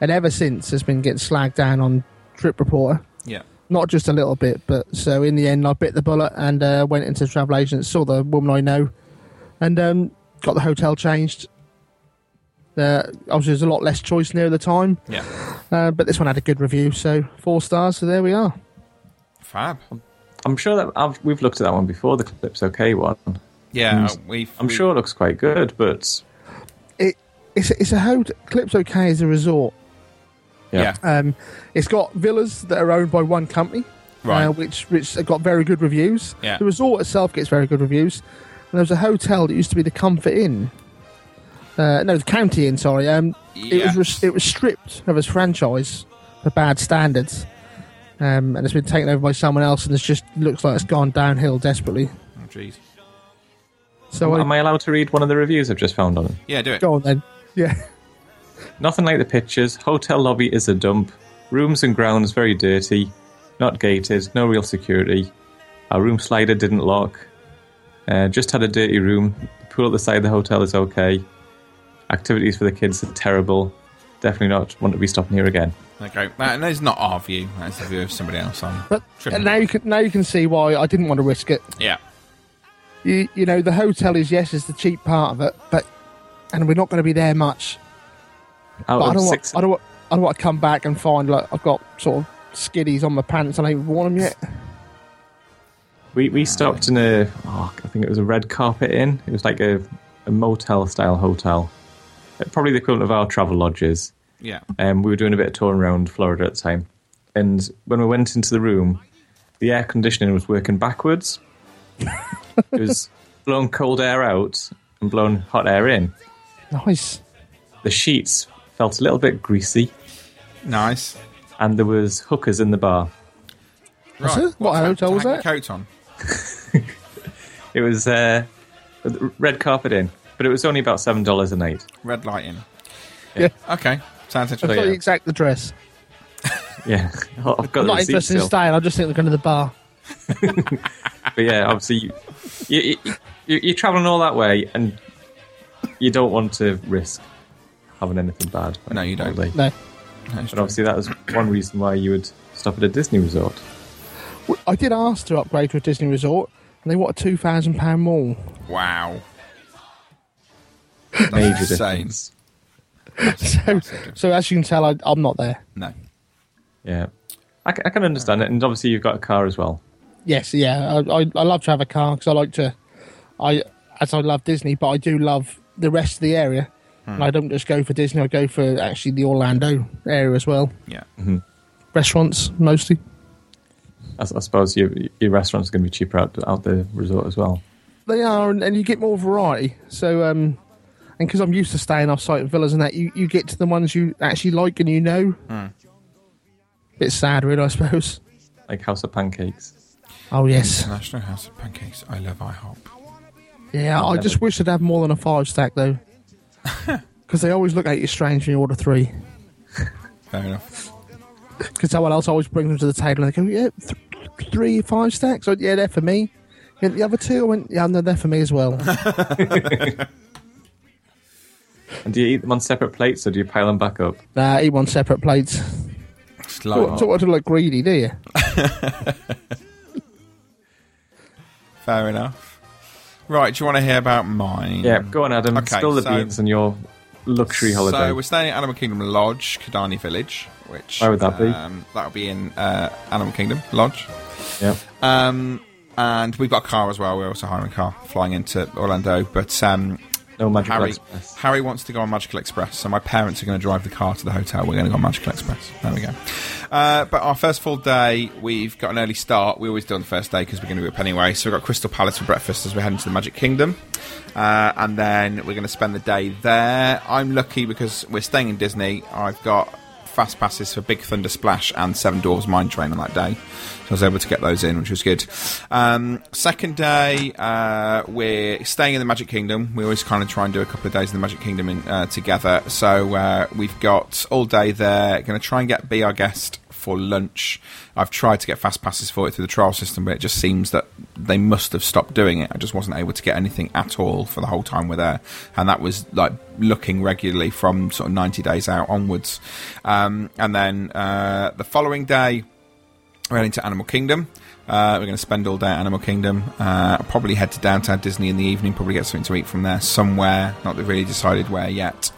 [SPEAKER 3] And ever since, has been getting slagged down on Trip Reporter.
[SPEAKER 1] Yeah.
[SPEAKER 3] Not just a little bit, but so in the end, I bit the bullet and uh, went into travel agents, saw the woman I know, and um, got the hotel changed. Uh, obviously, there's a lot less choice near the time.
[SPEAKER 1] Yeah.
[SPEAKER 3] Uh, but this one had a good review, so four stars. So there we are.
[SPEAKER 1] Fab.
[SPEAKER 2] I'm sure that I've, we've looked at that one before, the Clips OK one.
[SPEAKER 1] Yeah, we've.
[SPEAKER 2] I'm
[SPEAKER 1] we-
[SPEAKER 2] sure it looks quite good, but
[SPEAKER 3] It it's a- it's a hotel. Clips OK is a resort.
[SPEAKER 1] Yeah.
[SPEAKER 3] Um, it's got villas that are owned by one company,
[SPEAKER 1] Right.
[SPEAKER 3] Uh, which which have got very good reviews.
[SPEAKER 1] Yeah.
[SPEAKER 3] The resort itself gets very good reviews. And there was a hotel that used to be the Comfort Inn. Uh, no, the County Inn. Sorry. Um, it was
[SPEAKER 1] Yeah.
[SPEAKER 3] res- it was stripped of its franchise for bad standards. Um, and it's been taken over by someone else, and it just looks like it's gone downhill desperately.
[SPEAKER 1] Oh, jeez.
[SPEAKER 3] So I,
[SPEAKER 2] am I allowed to read one of the reviews I've just found on it?
[SPEAKER 1] Yeah, do it.
[SPEAKER 3] go on then. Yeah.
[SPEAKER 2] Nothing like the pictures. Hotel lobby is a dump. Rooms and grounds very dirty. Not gated. No real security. Our room slider didn't lock. Uh, just had a dirty room. The pool at the side of the hotel is okay. Activities for the kids are terrible. Definitely not want to be stopping here again.
[SPEAKER 1] Okay. That, that is not our view. That's the view of somebody else on.
[SPEAKER 3] But
[SPEAKER 1] Trip
[SPEAKER 3] and now you can now you can see why I didn't want to risk it.
[SPEAKER 1] Yeah.
[SPEAKER 3] You, you know, the hotel is yes is the cheap part of it, but and we're not going to be there much.
[SPEAKER 2] Out
[SPEAKER 3] But I
[SPEAKER 2] of
[SPEAKER 3] don't
[SPEAKER 2] six,
[SPEAKER 3] want I don't want, I don't want to come back and find like I've got sort of skiddies on my pants and I ain't worn them yet.
[SPEAKER 2] we, we stopped in a, oh, I think it was a red carpet inn. It was like a, a motel style hotel. Uh, Probably the equivalent of our travel lodges.
[SPEAKER 1] Yeah.
[SPEAKER 2] Um, we were doing a bit of touring around Florida at the time. And when we went into the room, the air conditioning was working backwards. it was blowing cold air out and blowing hot air in.
[SPEAKER 3] Nice.
[SPEAKER 2] Oh, The sheets felt a little bit greasy,
[SPEAKER 1] Nice.
[SPEAKER 2] and there was hookers in the bar.
[SPEAKER 1] Right.
[SPEAKER 3] it? What
[SPEAKER 1] hang-
[SPEAKER 3] hotel was
[SPEAKER 1] hang
[SPEAKER 3] that?
[SPEAKER 1] your coat on.
[SPEAKER 2] It was uh, red carpet in, but it was only about seven dollars a night.
[SPEAKER 1] Red light in.
[SPEAKER 3] Yeah.
[SPEAKER 1] Okay.
[SPEAKER 3] I've
[SPEAKER 1] Sounds interesting.
[SPEAKER 3] got
[SPEAKER 2] yeah.
[SPEAKER 3] the exact address.
[SPEAKER 2] Yeah, I've got
[SPEAKER 3] I'm
[SPEAKER 2] the
[SPEAKER 3] not
[SPEAKER 2] receipt
[SPEAKER 3] interested in
[SPEAKER 2] still.
[SPEAKER 3] staying. I'm just thinking of going to the bar.
[SPEAKER 2] But yeah, obviously, you, you, you, you're traveling all that way, and you don't want to risk having anything bad.
[SPEAKER 1] No, you don't.
[SPEAKER 2] Probably.
[SPEAKER 3] No,
[SPEAKER 1] That's
[SPEAKER 2] But
[SPEAKER 1] true.
[SPEAKER 2] obviously, that was one reason why you would stop at a Disney resort.
[SPEAKER 3] W- I did ask to upgrade to a Disney resort, and they want a two thousand pound more.
[SPEAKER 1] Wow.
[SPEAKER 2] Major
[SPEAKER 1] insane.
[SPEAKER 2] difference.
[SPEAKER 3] so, so as you can tell, I, I'm not there.
[SPEAKER 1] No.
[SPEAKER 2] Yeah. I, ca- I can understand it. And obviously, you've got a car as well.
[SPEAKER 3] Yes, yeah. I, I, I love to have a car because I like to. I as I love Disney, but I do love the rest of the area.
[SPEAKER 2] Hmm.
[SPEAKER 3] And I don't just go for Disney. I go for actually the Orlando area as well.
[SPEAKER 1] Yeah.
[SPEAKER 3] Restaurants mostly.
[SPEAKER 2] I, s- I suppose your, your restaurant's going to be cheaper out, out the resort as well.
[SPEAKER 3] They are, and, and you get more variety. So, um, and because I'm used to staying off site at villas and that, you, you get to the ones you actually like and you know. Bit sad, really, I suppose.
[SPEAKER 2] Like House of Pancakes.
[SPEAKER 3] Oh, yes.
[SPEAKER 1] International House of Pancakes. I love IHOP.
[SPEAKER 3] Yeah, I just wish they'd have more than a five stack though, because they always look at you strange when you order three.
[SPEAKER 1] Fair enough.
[SPEAKER 3] Because someone else always brings them to the table and they go, "Yeah, th- three five stacks." I went, yeah, they're for me. Yeah, the other two, I went, "Yeah, no, they're for me as well."
[SPEAKER 2] And do you eat them on separate plates or do you pile them back
[SPEAKER 1] Mm.
[SPEAKER 2] up?
[SPEAKER 3] nah, eat one separate plates.
[SPEAKER 1] Oh,
[SPEAKER 3] Talk, talk to like greedy, do you?
[SPEAKER 1] Fair enough. Right, do you want to hear about mine?
[SPEAKER 2] Yeah, go on, Adam. Spill the
[SPEAKER 1] so-
[SPEAKER 2] beans on your luxury holiday.
[SPEAKER 1] So we're staying at Animal Kingdom Lodge, Kadani Village, which
[SPEAKER 2] Where would that be?
[SPEAKER 1] Um, that'll be in uh, Animal Kingdom Lodge.
[SPEAKER 2] Yep.
[SPEAKER 1] Um, and we've got a car as well. We're also hiring a car flying into Orlando, but um,
[SPEAKER 2] no Magical
[SPEAKER 1] Harry,
[SPEAKER 2] Express.
[SPEAKER 1] Harry wants to go on Magical Express, so my parents are going to drive the car to the hotel. We're going to go on Magical Express. There we go. Uh, but our first full day, we've got an early start. We always do on the first day because we're going to be up anyway. So we've got Crystal Palace for breakfast as we're heading to the Magic Kingdom. Uh, and then we're going to spend the day there. I'm lucky because we're staying in Disney. I've got fast passes for Big Thunder Splash and Seven Dwarfs Mine Train on that day. So I was able to get those in, which was good. Um, second day, uh, we're staying in the Magic Kingdom. We always kind of try and do a couple of days in the Magic Kingdom in, uh, together. So uh, we've got all day there. Going to try and get Be Our Guest for lunch. I've tried to get fast passes for it through the trial system, but it just seems that they must have stopped doing it. I just wasn't able to get anything at all for the whole time we're there, and that was like looking regularly from sort of ninety days out onwards. Um, and then uh, the following day, we're heading to Animal Kingdom. Uh, we're going to spend all day at Animal Kingdom. Uh, I'll probably head to Downtown Disney in the evening, probably get something to eat from there somewhere. Not really decided where yet.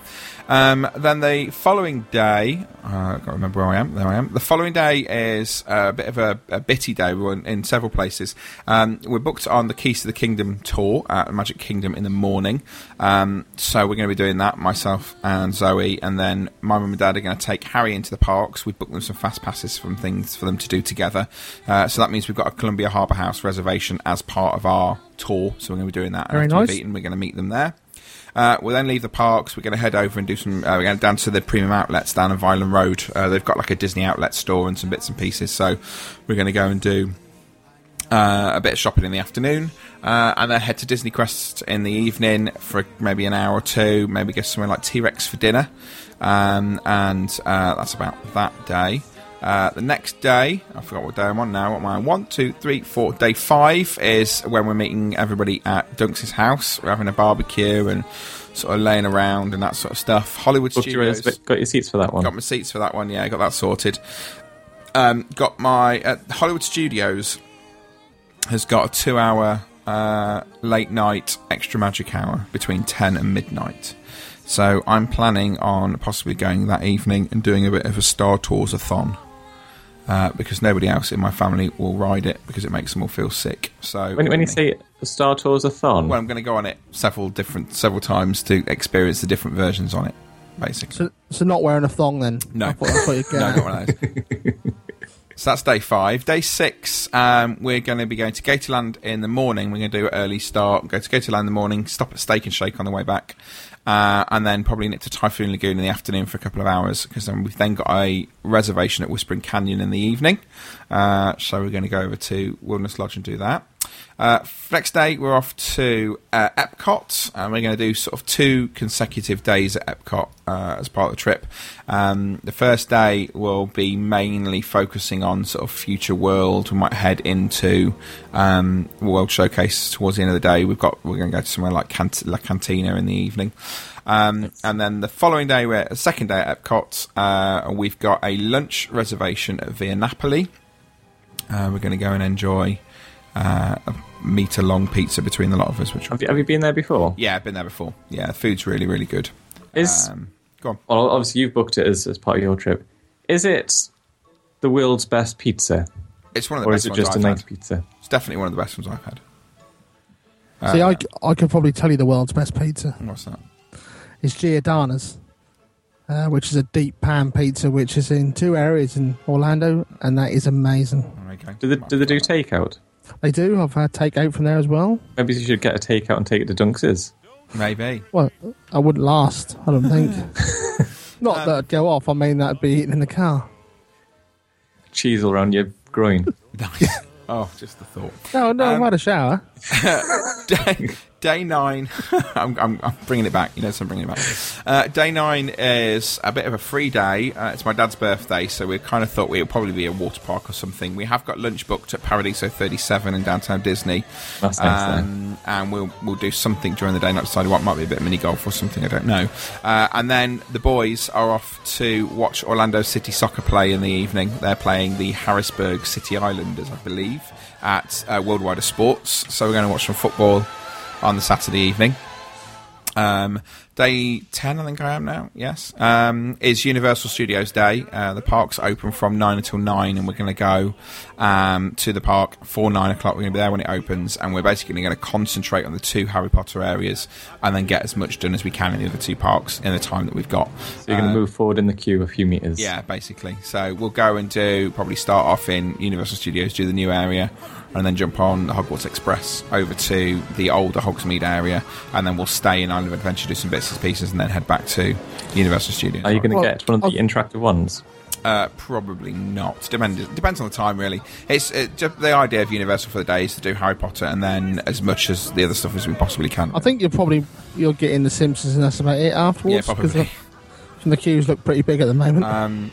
[SPEAKER 1] Um, then the following day, uh, I can't remember where I am. There I am. The following day is a bit of a, a bitty day. We were in, in several places. Um, we're booked on the Keys to the Kingdom tour at Magic Kingdom in the morning. Um, so we're going to be doing that, myself and Zoe. And then my mum and dad are going to take Harry into the parks. We've booked them some fast passes from things for them to do together. Uh, so that means we've got a Columbia Harbour House reservation as part of our tour. So we're going to be doing that. And
[SPEAKER 3] Very
[SPEAKER 1] after we've
[SPEAKER 3] nice.
[SPEAKER 1] eaten, we're going to meet them there. Uh, we'll then leave the parks. We're going to head over and do some. Uh, we're going down to the premium outlets down on Violent Road. Uh, they've got like a Disney outlet store and some bits and pieces. So we're going to go and do uh, a bit of shopping in the afternoon, uh, and then head to Disney Quest in the evening for maybe an hour or two. Maybe go somewhere like T Rex for dinner, um, and uh, that's about that day. Uh, the next day, I forgot what day I'm on now. What am I on? One, two, three, four. Day five is when we're meeting everybody at Dunks' house. We're having a barbecue and sort of laying around and that sort of stuff. Hollywood
[SPEAKER 2] Booked your
[SPEAKER 1] Studios.
[SPEAKER 2] res- got your seats for that one.
[SPEAKER 1] Got my seats for that one. Yeah, got that sorted. Um, got my uh, Hollywood Studios has got a two-hour uh, late night extra magic hour between ten and midnight. So I'm planning on possibly going that evening and doing a bit of a Star Tours a thon. Uh, because nobody else in my family will ride it because it makes them all feel sick. So
[SPEAKER 2] When, when you say Star Tours a thon,
[SPEAKER 1] well, I'm going to go on it several different several times to experience the different versions on it. Basically,
[SPEAKER 3] So, so not wearing a thong then.
[SPEAKER 1] no,
[SPEAKER 3] I thought that's what you'd get
[SPEAKER 1] no,
[SPEAKER 3] at.
[SPEAKER 1] not one of those. uh, so that's day five. Day six, um, we're going to be going to Gatorland in the morning. We're going to do an early start, go to Gatorland in the morning, stop at Steak and Shake on the way back, uh, and then probably nip to Typhoon Lagoon in the afternoon for a couple of hours because then we've then got a reservation at Whispering Canyon in the evening. Uh, so we're going to go over to Wilderness Lodge and do that. Uh, next day, we're off to uh, Epcot, and we're going to do sort of two consecutive days at Epcot uh, as part of the trip. Um, the first day will be mainly focusing on sort of future world. We might head into um, World Showcase towards the end of the day. We've got we're going to go to somewhere like Cant- La Cantina in the evening. Um, and then the following day, we're the second day at Epcot. Uh, we've got a lunch reservation at Via Napoli. Uh, we're going to go and enjoy uh, a meter long pizza between the lot of us. Which
[SPEAKER 2] have you, have you been there before?
[SPEAKER 1] yeah, I've been there before. Yeah, the food's really really good.
[SPEAKER 2] Is
[SPEAKER 1] Go on.
[SPEAKER 2] Well, obviously you've booked it as, as part of your trip. Is it the world's best pizza?
[SPEAKER 1] It's one of the
[SPEAKER 2] or
[SPEAKER 1] best
[SPEAKER 2] is it
[SPEAKER 1] ones
[SPEAKER 2] just
[SPEAKER 1] I've
[SPEAKER 2] a nice
[SPEAKER 1] had.
[SPEAKER 2] pizza?
[SPEAKER 1] It's definitely one of the best ones I've had.
[SPEAKER 3] See, I, c- I could probably tell you the world's best pizza.
[SPEAKER 1] What's that?
[SPEAKER 3] It's Giordano's, uh, which is a deep pan pizza, which is in two areas in Orlando, and that is amazing.
[SPEAKER 1] Okay.
[SPEAKER 2] Do they do, they do takeout?
[SPEAKER 3] They do. I've had takeout from there as well.
[SPEAKER 2] Maybe you should get a takeout and take it to Dunks's.
[SPEAKER 1] Maybe.
[SPEAKER 3] Well, I wouldn't last. I don't think. Not
[SPEAKER 1] Um,
[SPEAKER 3] that I'd go off. I mean, that'd be eaten in the car.
[SPEAKER 2] Cheese all around your groin.
[SPEAKER 1] Oh, just the thought.
[SPEAKER 3] No, no,
[SPEAKER 1] um,
[SPEAKER 3] I've had a shower.
[SPEAKER 1] day, day nine. I'm, I'm, I'm bringing it back. You know, so I'm bringing it back. Uh, day nine is a bit of a free day. Uh, it's my dad's birthday, so we kind of thought we would probably be a water park or something. We have got lunch booked at Paradiso 37 in downtown Disney.
[SPEAKER 2] That's nice,
[SPEAKER 1] Um, and we'll we'll do something during the day. Not decided what might be a bit of mini golf or something. I don't know. Uh, and then the boys are off to watch Orlando City Soccer play in the evening. They're playing the Harrisburg City Islanders, I believe, at uh, Worldwide of Sports. So we're going to watch some football on the Saturday evening. Um, day 10, I think I am now, yes, um, is Universal Studios Day. Uh, the park's open from 9 until 9, and we're going to go um, to the park for 9 o'clock. We're going to be there when it opens, and we're basically going to concentrate on the two Harry Potter areas and then get as much done as we can in the other two parks in the time that we've got.
[SPEAKER 2] So you're going
[SPEAKER 1] Uh,
[SPEAKER 2] to move forward in the queue a few meters.
[SPEAKER 1] yeah, basically. So we'll go and do probably start off in Universal Studios, do the new area, and then jump on the Hogwarts Express over to the older Hogsmeade area, and then we'll stay in Island of Adventure, do some bits and pieces, and then head back to Universal Studios.
[SPEAKER 2] Are you going to
[SPEAKER 1] Well,
[SPEAKER 2] get one of the interactive ones?
[SPEAKER 1] Uh, probably not. Depends depends on the time, really. It's it, ju- the idea of Universal for the day is to do Harry Potter, and then as much as the other stuff as we possibly can.
[SPEAKER 3] I think you're probably you'll get in the Simpsons, and that's about it afterwards.
[SPEAKER 1] Yeah,
[SPEAKER 3] 'cause
[SPEAKER 1] probably.
[SPEAKER 3] the- From the queues look pretty big at the moment.
[SPEAKER 1] Um,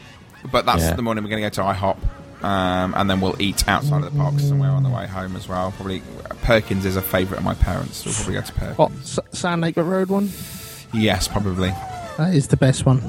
[SPEAKER 1] but that's the morning we're going to go to IHOP, um, and then we'll eat outside of the park somewhere on the way home as well. Probably uh, Perkins is a favourite of my parents, so we'll probably go to Perkins.
[SPEAKER 3] what S- Sand Lake Road one?
[SPEAKER 1] Yes, probably.
[SPEAKER 3] That is the best one.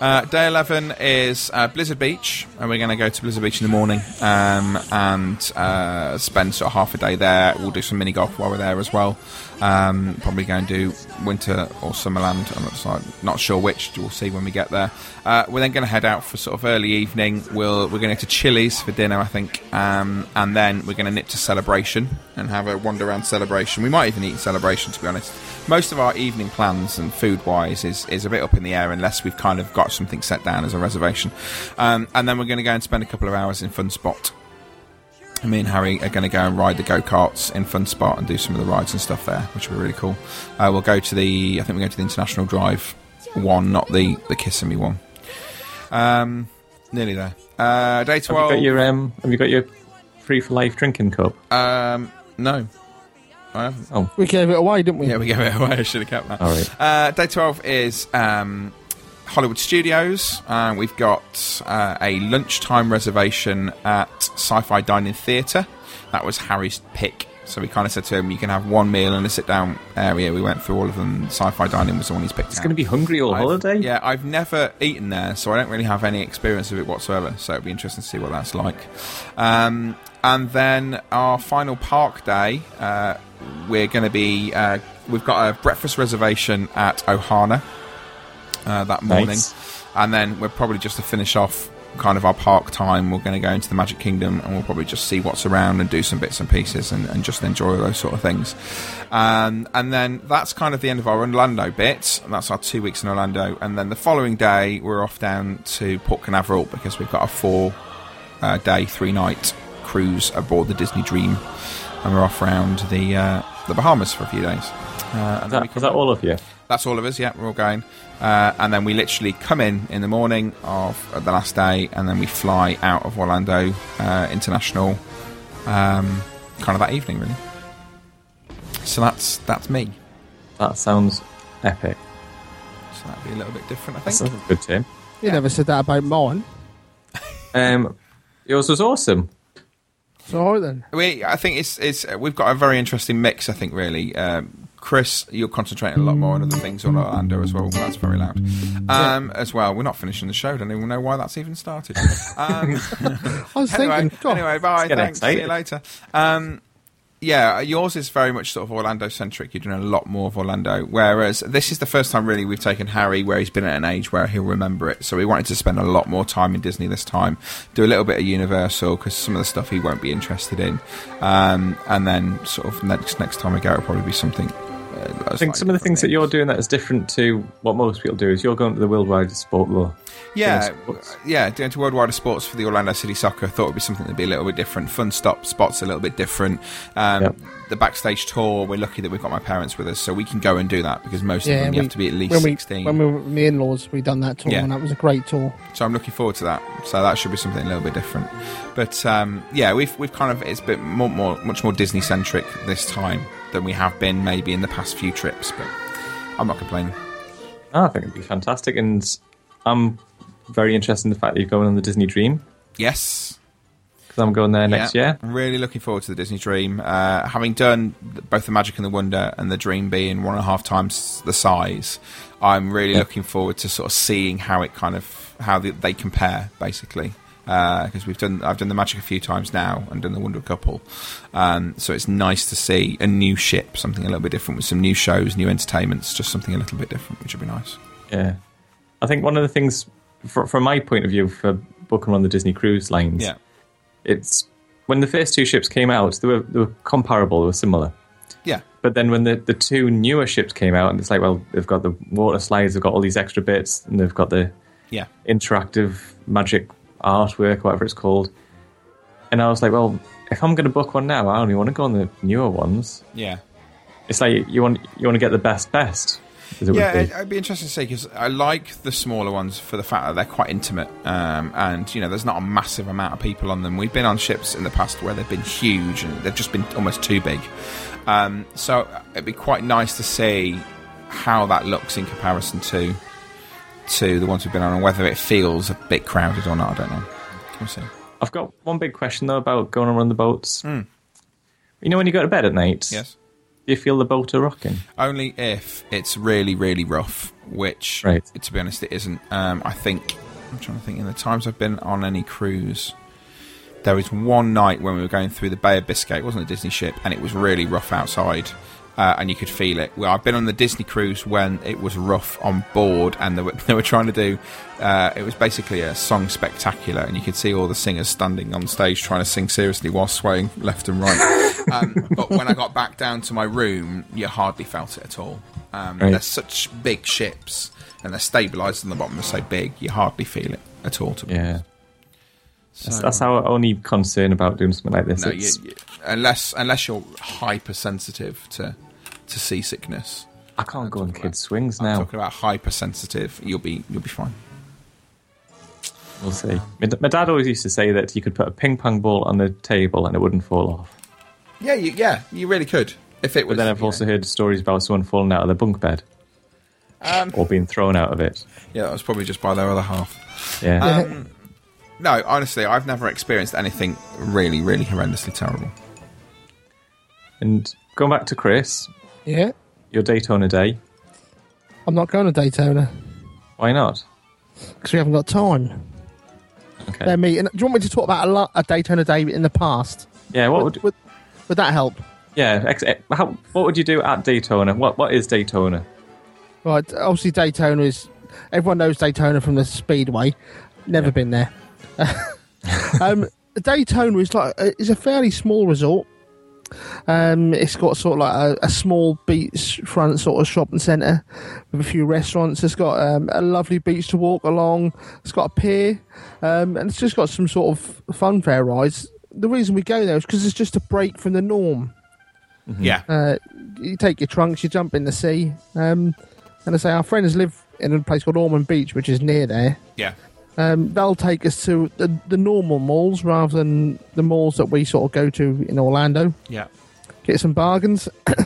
[SPEAKER 1] Uh, day 11 is uh, Blizzard Beach, and we're going to go to Blizzard Beach in the morning um, and uh, spend sort of half a day there. We'll do some mini golf while we're there as well. Um, probably go and do Winter or Summerland. I'm not, decide- not sure which. We'll see when we get there. Uh, we're then going to head out for sort of early evening. We'll, we're going to go to Chili's for dinner, I think, um, and then we're going to nip to Celebration and have a wander around Celebration. We might even eat in Celebration, to be honest. Most of our evening plans and food wise is, is a bit up in the air unless we've kind of got something set down as a reservation. Um, and then we're going to go and spend a couple of hours in Fun Spot. Me and Harry are going to go and ride the go karts in Fun Spot and do some of the rides and stuff there, which will be really cool. Uh, we'll go to the, I think we're going to the International Drive one, not the, the Kissimmee one. Um, nearly there. Uh, day
[SPEAKER 2] Have you
[SPEAKER 1] 12.
[SPEAKER 2] got your um? Have you got your free for life drinking cup?
[SPEAKER 1] Um, no. I haven't.
[SPEAKER 2] Oh,
[SPEAKER 3] We gave it away, didn't we?
[SPEAKER 1] Yeah, we gave it away. I should have kept that.
[SPEAKER 2] All right.
[SPEAKER 1] Uh, day 12 is um, Hollywood Studios. Uh, we've got uh, a lunchtime reservation at Sci Fi Dining Theatre. That was Harry's pick. So we kind of said to him, you can have one meal in a sit down area. We went through all of them. Sci Fi Dining was the one he's picked.
[SPEAKER 2] it's going to be hungry all holiday.
[SPEAKER 1] Yeah, I've never eaten there, so I don't really have any experience of it whatsoever. So it'll be interesting to see what that's like. Um, and then our final park day, uh, we're going to be uh, we've got a breakfast reservation at Ohana uh, that morning,
[SPEAKER 2] Nice.
[SPEAKER 1] and then we're probably just to finish off kind of our park time. We're going to go into the Magic Kingdom, and we'll probably just see what's around and do some bits and pieces, and, and just enjoy all those sort of things. Um, and then that's kind of the end of our Orlando bit. And that's our two weeks in Orlando, and then the following day we're off down to Port Canaveral because we've got a four uh, day, three night cruise aboard the Disney Dream, and we're off round the uh, the Bahamas for a few days. Uh, and then
[SPEAKER 2] Is that,
[SPEAKER 1] we
[SPEAKER 2] is that all of you?
[SPEAKER 1] that's all of us. Yeah, we're all going, uh, and then we literally come in in the morning of uh, the last day, and then we fly out of Orlando uh, International, um, kind of that evening, really. So that's that's me.
[SPEAKER 2] That sounds epic.
[SPEAKER 1] So that'd be a little bit different, I
[SPEAKER 2] That
[SPEAKER 1] think.
[SPEAKER 2] sounds good, Tim.
[SPEAKER 3] You never said that about mine.
[SPEAKER 2] Um, yours was awesome.
[SPEAKER 3] So all right then.
[SPEAKER 1] We, I think it's it's uh, we've got a very interesting mix. I think really, um, Chris, you're concentrating a lot more on other things on Orlando as well. That's very loud. Um, As well, we're not finishing the show. Don't even know why that's even started. Um,
[SPEAKER 3] I was
[SPEAKER 1] anyway,
[SPEAKER 3] thinking, God,
[SPEAKER 1] anyway, bye.
[SPEAKER 2] get
[SPEAKER 1] Thanks. See you
[SPEAKER 2] excited.
[SPEAKER 1] later. Um, yeah, yours is very much sort of Orlando centric. You're doing a lot more of Orlando, whereas this is the first time really we've taken Harry where he's been at an age where he'll remember it. So we wanted to spend a lot more time in Disney this time, do a little bit of Universal because some of the stuff he won't be interested in, um, and then sort of next next time we go, it'll probably be something. Uh,
[SPEAKER 2] I think some of the things that you're doing that is different to what most people do is you're going to the worldwide sport law.
[SPEAKER 1] Yeah, yeah, doing to World Wide of Sports for the Orlando City Soccer. I thought it would be something that'd be a little bit different. Fun stop spots a little bit different. Um, The backstage tour. We're lucky that we've got my parents with us, so we can go and do that because most of them you have to be at least
[SPEAKER 3] when we,
[SPEAKER 1] sixteen.
[SPEAKER 3] When we were the in-laws, we done that tour,
[SPEAKER 1] Yeah.
[SPEAKER 3] and that was a great tour.
[SPEAKER 1] So I'm looking forward to that. So that should be something a little bit different. But um, yeah, we've we've kind of it's a bit more, more much more Disney centric this time than we have been maybe in the past few trips. But I'm not complaining.
[SPEAKER 2] Ah, I think it'd be fantastic, and I'm very interested in the fact that you're going on the Disney Dream
[SPEAKER 1] Yes.
[SPEAKER 2] because I'm going there next
[SPEAKER 1] Yeah,
[SPEAKER 2] year.
[SPEAKER 1] I'm really looking forward to the Disney Dream. Uh, having done th- both the Magic and the Wonder and the Dream being one and a half times the size, I'm really
[SPEAKER 2] Yeah.
[SPEAKER 1] looking forward to sort of seeing how it kind of how the, they compare basically. Because we've done, I've done the Magic a few times now and done the Wonder a couple, um, so it's nice to see a new ship, something a little bit different with some new shows, new entertainments, just something a little bit different, which would be nice.
[SPEAKER 2] Yeah, I think one of the things, fr from my point of view, for booking on the Disney cruise lines,
[SPEAKER 1] Yeah.
[SPEAKER 2] it's when the first two ships came out, they were they were comparable, they were similar.
[SPEAKER 1] Yeah.
[SPEAKER 2] But then when the, the two newer ships came out, and it's like, well, they've got the water slides, they've got all these extra bits, and they've got the
[SPEAKER 1] Yeah.
[SPEAKER 2] interactive magic artwork, whatever it's called. And I was like, well, if I'm going to book one now, I only want to go on the newer ones.
[SPEAKER 1] Yeah.
[SPEAKER 2] It's like you want you want to get the best best. As it
[SPEAKER 1] yeah,
[SPEAKER 2] would
[SPEAKER 1] it,
[SPEAKER 2] be.
[SPEAKER 1] it'd be interesting to see because I like the smaller ones for the fact that they're quite intimate, um, and you know, there's not a massive amount of people on them. We've been on ships in the past where they've been huge and they've just been almost too big. Um, so it'd be quite nice to see how that looks in comparison to to the ones we've been on, and whether it feels a bit crowded or not. I don't know. We'll see.
[SPEAKER 2] I've got one big question though about going on the boats. You know when you go to bed at night?
[SPEAKER 1] Hmm. Yes.
[SPEAKER 2] Do you feel the boat are rocking?
[SPEAKER 1] Only if it's really, really rough, which,
[SPEAKER 2] Right.
[SPEAKER 1] to be honest, it isn't. Um, I think, I'm trying to think, in the times I've been on any cruise, there was one night when we were going through the Bay of Biscay, it wasn't a Disney ship, and it was really rough outside. Uh, and you could feel it. Well, I've been on the Disney cruise when it was rough on board, and they were, they were trying to do. Uh, it was basically a song spectacular, and you could see all the singers standing on stage trying to sing seriously while swaying left and right. um, but when I got back down to my room, you hardly felt it at all. Um,
[SPEAKER 2] Right.
[SPEAKER 1] They're such big ships, and they're stabilised on the bottom. They're so big, you hardly feel it at all. To be
[SPEAKER 2] Yeah. That's,
[SPEAKER 1] So-
[SPEAKER 2] that's our only concern about doing something like this.
[SPEAKER 1] no, you,
[SPEAKER 2] It's-
[SPEAKER 1] you- unless unless you're hypersensitive to to seasickness.
[SPEAKER 2] I can't go on kids' swings
[SPEAKER 1] I'm
[SPEAKER 2] now.
[SPEAKER 1] talking about hypersensitive. You'll be you'll be fine.
[SPEAKER 2] We'll see. My, d- my dad always used to say that you could put a ping pong ball on the table and it wouldn't fall off.
[SPEAKER 1] Yeah, you, yeah, you really could if it
[SPEAKER 2] But
[SPEAKER 1] was.
[SPEAKER 2] then I've also heard stories about someone falling out of the bunk bed
[SPEAKER 1] Um,
[SPEAKER 2] or being thrown out of it.
[SPEAKER 1] yeah, that was probably just by their other half.
[SPEAKER 2] Yeah.
[SPEAKER 1] Um, no, honestly, I've never experienced anything really, really horrendously terrible.
[SPEAKER 2] And going back to Chris,
[SPEAKER 3] Yeah,
[SPEAKER 2] your Daytona day,
[SPEAKER 3] I'm not going to Daytona
[SPEAKER 2] why not?
[SPEAKER 3] because we haven't got time.
[SPEAKER 2] Okay.
[SPEAKER 3] They're meeting. Do you want me to talk about a, lo- a Daytona day in the past?
[SPEAKER 2] yeah. What would?
[SPEAKER 3] Would, would that help?
[SPEAKER 2] Yeah. Ex- eh, how, what would you do at Daytona? What What is Daytona?
[SPEAKER 3] Right, obviously Daytona is everyone knows Daytona from the Speedway. Never been there. um, Daytona is like it's a fairly small resort. Um, it's got sort of like a, a small beachfront sort of shopping centre with a few restaurants. It's got um, a lovely beach to walk along. It's got a pier, um, and it's just got some sort of fun fair rides. The reason we go there is because it's just a break from the norm
[SPEAKER 1] Yeah,
[SPEAKER 3] uh, you take your trunks, you jump in the sea, um, and I say our friends live in a place called Ormond Beach, which is near there.
[SPEAKER 1] yeah,
[SPEAKER 3] Um, they'll take us to the, the normal malls rather than the malls that we sort of go to in Orlando.
[SPEAKER 1] yeah.
[SPEAKER 3] Get some bargains,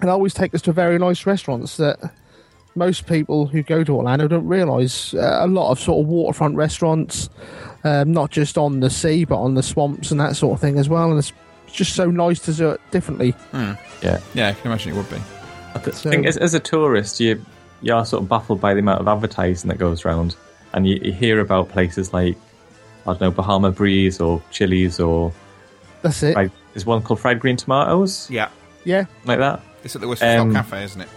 [SPEAKER 3] and always take us to very nice restaurants that most people who go to Orlando don't realise. Uh, a lot of sort of waterfront restaurants, um, not just on the sea but on the swamps and that sort of thing as well. And it's just so nice to do it differently.
[SPEAKER 2] Yeah.
[SPEAKER 1] Yeah, I can imagine it would be.
[SPEAKER 2] I th- think as, as a tourist, you you are sort of baffled by the amount of advertising that goes round, and you, you hear about places like I don't know Bahama Breeze or Chili's or
[SPEAKER 3] That's it.
[SPEAKER 2] fried, is one called Fried Green Tomatoes.
[SPEAKER 1] Yeah.
[SPEAKER 3] Yeah.
[SPEAKER 2] Like that.
[SPEAKER 1] It's at the Whistle Stop
[SPEAKER 2] Um,
[SPEAKER 1] Cafe, isn't it?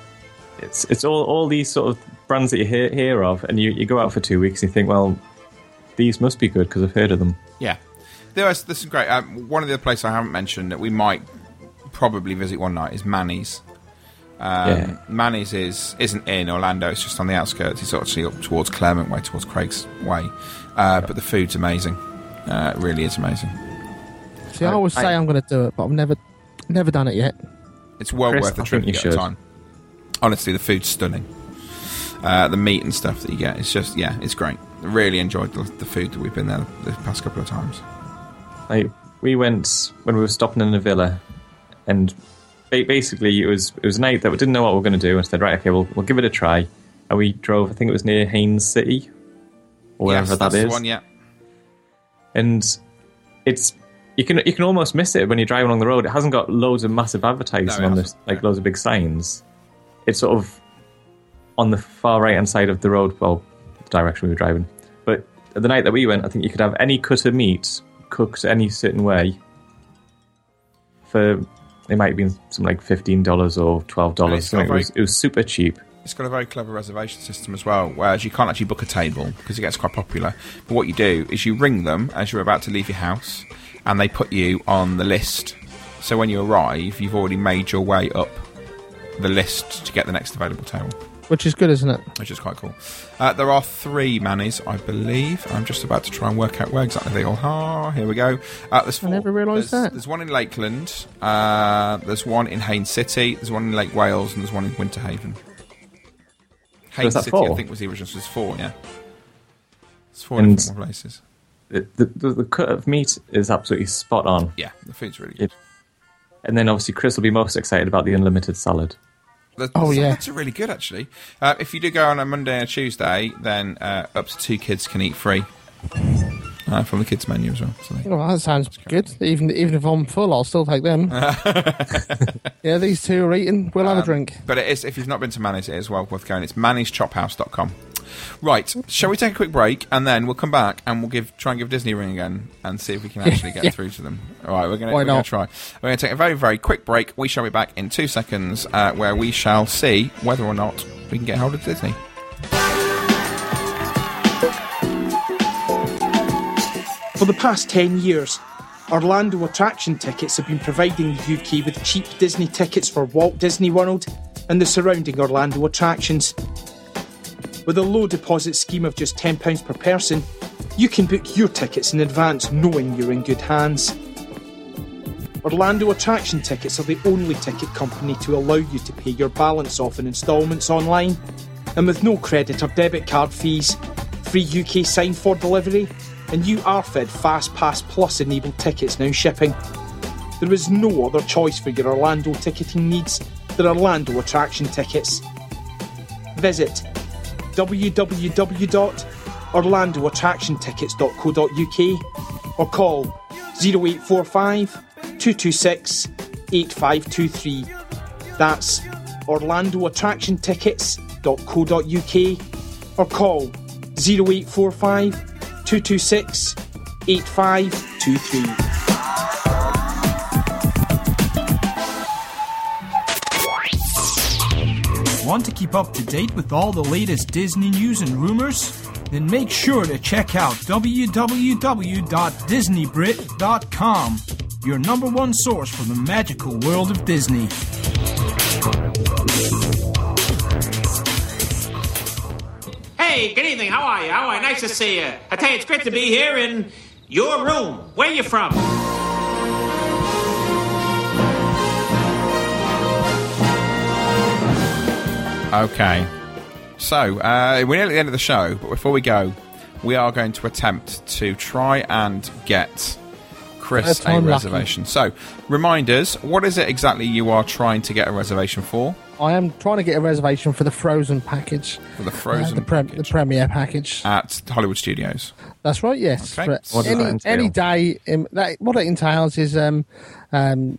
[SPEAKER 2] It's it's all, all these sort of brands that you hear, hear of, and you, you go out for two weeks and you think, well, these must be good because I've heard of them.
[SPEAKER 1] Yeah, there is. This is great. Um, one of the other places I haven't mentioned that we might probably visit one night is Manny's. Um,
[SPEAKER 2] Yeah.
[SPEAKER 1] Manny's is isn't in Orlando. It's just on the outskirts. It's actually up towards Claremont Way, towards Craig's Way. Uh, But the food's amazing. Uh, it really is amazing.
[SPEAKER 3] See, I, always say I, am going to do it, but I've never, never done it yet.
[SPEAKER 1] It's well
[SPEAKER 3] Chris,
[SPEAKER 1] worth the
[SPEAKER 3] I
[SPEAKER 1] trip
[SPEAKER 3] think you
[SPEAKER 1] you get
[SPEAKER 3] should.
[SPEAKER 1] time. Honestly, the food's stunning. Uh, the meat and stuff that you get, it's just yeah, it's great. I really enjoyed the, the food that we've been there the past couple of times.
[SPEAKER 2] Like we went when we were stopping in a villa, and ba- basically it was it was a night that we didn't know what we were going to do, and said right, okay, we'll we'll give it a try, and we drove. I think it was near Haines City, or wherever
[SPEAKER 1] yes,
[SPEAKER 2] that
[SPEAKER 1] that's
[SPEAKER 2] is.
[SPEAKER 1] the one. Yeah,
[SPEAKER 2] and it's you can you can almost miss it when you're driving along the road. It hasn't got loads of massive advertising
[SPEAKER 1] No, it
[SPEAKER 2] on this, like loads of big signs. It's sort of on the far right hand side of the road, well, the direction we were driving. But the night that we went, I think you could have any cut of meat cooked any certain way for it might have been something like fifteen dollars or twelve dollars.
[SPEAKER 1] It's not
[SPEAKER 2] It was,
[SPEAKER 1] very-
[SPEAKER 2] it was super cheap.
[SPEAKER 1] It's got a very clever reservation system as well, whereas you can't actually book a table because it gets quite popular. But what you do is you ring them as you're about to leave your house, and they put you on the list. So when you arrive, you've already made your way up the list to get the next available table,
[SPEAKER 3] Which is good, isn't it?
[SPEAKER 1] which is quite cool. Uh, there are three Mannies, I believe. I'm just about to try and work out where exactly they all are. Here we go. Uh, there's four.
[SPEAKER 3] I never realised that.
[SPEAKER 1] There's one in Lakeland. Uh, there's one in Haines City. There's one in Lake Wales, and there's one in Winterhaven. Haines
[SPEAKER 2] Was that
[SPEAKER 1] City, I
[SPEAKER 2] four?
[SPEAKER 1] think, was the original. So it's four, yeah. It's four
[SPEAKER 2] And-
[SPEAKER 1] different places.
[SPEAKER 2] The, the, the cut of meat is absolutely spot on.
[SPEAKER 1] Yeah, the food's really good.
[SPEAKER 2] It, and then obviously Chris will be most excited about the unlimited salad.
[SPEAKER 1] The,
[SPEAKER 2] Oh,
[SPEAKER 1] the
[SPEAKER 2] yeah.
[SPEAKER 1] salads are really good actually. Uh, if you do go on a Monday and a Tuesday, then uh, up to two kids can eat free uh, from the kids menu as well. So they-
[SPEAKER 3] Well, that sounds good. Even even if I'm full, I'll still take them. yeah, these two are eating. We'll
[SPEAKER 1] Um,
[SPEAKER 3] have a drink.
[SPEAKER 1] But it is, if you've not been to Manny's, it is well worth going. It's mannyschophouse.com. Right, shall we take a quick break and then we'll come back and we'll give try and give Disney a ring again and see if we can actually get
[SPEAKER 3] Yeah.
[SPEAKER 1] through to them. All right, we're going
[SPEAKER 3] Why
[SPEAKER 1] we're going
[SPEAKER 3] not?
[SPEAKER 1] to try. We're going to take a very very quick break. We shall be back in two seconds, uh, where we shall see whether or not we can get hold of Disney.
[SPEAKER 11] For the past 10 years, Orlando attraction tickets have been providing the UK with cheap Disney tickets for Walt Disney World and the surrounding Orlando attractions. With a low deposit scheme of just £10 per person, you can book your tickets in advance knowing you're in good hands. Orlando Attraction Tickets are the only ticket company to allow you to pay your balance off in instalments online and with no credit or debit card fees, free UK sign for delivery, and you are fed Fast Pass Plus enabled tickets now shipping. There is no other choice for your Orlando ticketing needs than Orlando Attraction Tickets. Visit www.orlandoattractiontickets.co.uk or call 0845 226 8523. That's orlandoattractiontickets.co.uk or call 0845 226 8523.
[SPEAKER 6] Want to keep up to date with all the latest Disney news and rumors? Then make sure to check out www.disneybrit.com, your number one source for the magical world of Disney.
[SPEAKER 12] Hey, good evening. How are you? How are you? Nice to see you. I tell you, it's great to be here in your room. Where you from?
[SPEAKER 1] Okay. So, uh, we're nearly at the end of the show, but before we go, we are going to attempt to try and get Chris
[SPEAKER 3] First
[SPEAKER 1] a
[SPEAKER 3] time lucky.
[SPEAKER 1] reservation. So, reminders what is it exactly you are trying to get a reservation for?
[SPEAKER 3] I am trying to get a reservation for the Frozen package. Uh,
[SPEAKER 1] For the Frozen
[SPEAKER 3] the, prem- the premiere package.
[SPEAKER 1] At Hollywood Studios.
[SPEAKER 3] That's right. Yes.
[SPEAKER 1] Okay.
[SPEAKER 3] For
[SPEAKER 1] What does that
[SPEAKER 3] any
[SPEAKER 1] entail?
[SPEAKER 3] any day, in, that, what it entails is um, um,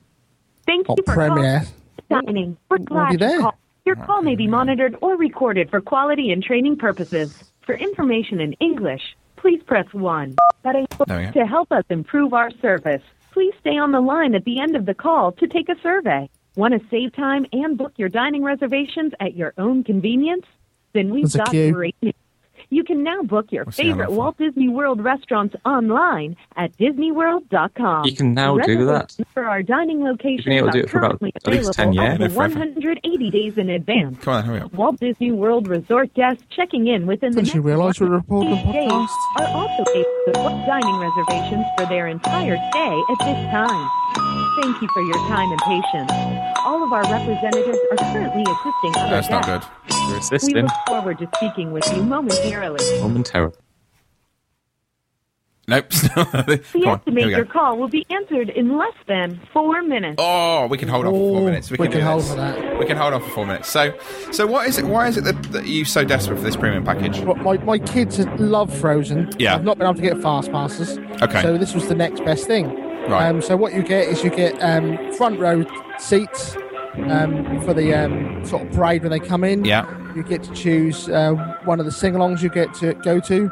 [SPEAKER 4] Thank
[SPEAKER 3] not
[SPEAKER 4] you for
[SPEAKER 3] premiere.
[SPEAKER 4] calling. Dining. We're glad
[SPEAKER 3] be
[SPEAKER 4] you
[SPEAKER 3] there.
[SPEAKER 4] called. Your call may be monitored or recorded for quality and training purposes. For information in English, please press 1. But I-
[SPEAKER 1] There we go.
[SPEAKER 4] to help us improve our service, please stay on the line at the end of the call to take a survey. Want to save time and book your dining reservations at your own convenience? Then we've
[SPEAKER 3] That's a
[SPEAKER 4] got
[SPEAKER 3] cue.
[SPEAKER 4] great news. You can now book your
[SPEAKER 2] the other
[SPEAKER 4] favorite
[SPEAKER 2] phone?
[SPEAKER 4] Walt Disney World restaurants online at disneyworld.com.
[SPEAKER 2] You can now do that?
[SPEAKER 4] Reservations For our dining locations
[SPEAKER 2] able to do it for about
[SPEAKER 4] are currently
[SPEAKER 2] at least 10
[SPEAKER 4] available
[SPEAKER 2] years.
[SPEAKER 4] up to
[SPEAKER 2] Yeah, forever.
[SPEAKER 4] 180 days in advance.
[SPEAKER 1] Come on, hurry up.
[SPEAKER 4] Walt Disney World resort guests checking in within the
[SPEAKER 3] Didn't
[SPEAKER 4] next
[SPEAKER 3] you realise we were recording a
[SPEAKER 4] These days
[SPEAKER 3] podcast?
[SPEAKER 4] are also able to book dining reservations for their entire stay at this time. Thank you for your time and patience. All of our representatives are currently assisting other
[SPEAKER 2] That's not
[SPEAKER 4] guests.
[SPEAKER 2] good. You're
[SPEAKER 4] We
[SPEAKER 2] assisting
[SPEAKER 4] look forward to speaking with you momentarily.
[SPEAKER 2] momentarily.
[SPEAKER 1] Nope. Come
[SPEAKER 4] We
[SPEAKER 1] on, here
[SPEAKER 4] estimate
[SPEAKER 1] we
[SPEAKER 4] your
[SPEAKER 1] go.
[SPEAKER 4] call will be answered in less than four minutes.
[SPEAKER 1] Oh, we can hold on for four minutes. We can, do
[SPEAKER 3] hold
[SPEAKER 1] this.
[SPEAKER 3] for that.
[SPEAKER 1] We can hold on for four minutes. So, so what is it? Why is it that, that you're so desperate for this premium package?
[SPEAKER 3] But my, my kids love Frozen.
[SPEAKER 1] Yeah.
[SPEAKER 3] I've not been able to get fast passes.
[SPEAKER 1] Okay.
[SPEAKER 3] So this was the next best thing.
[SPEAKER 1] Right.
[SPEAKER 3] Um, so what you get is you get um, front row seats um, for the um, sort of parade when they come in.
[SPEAKER 1] Yeah.
[SPEAKER 3] You get to choose uh, one of the sing-alongs you get to go to.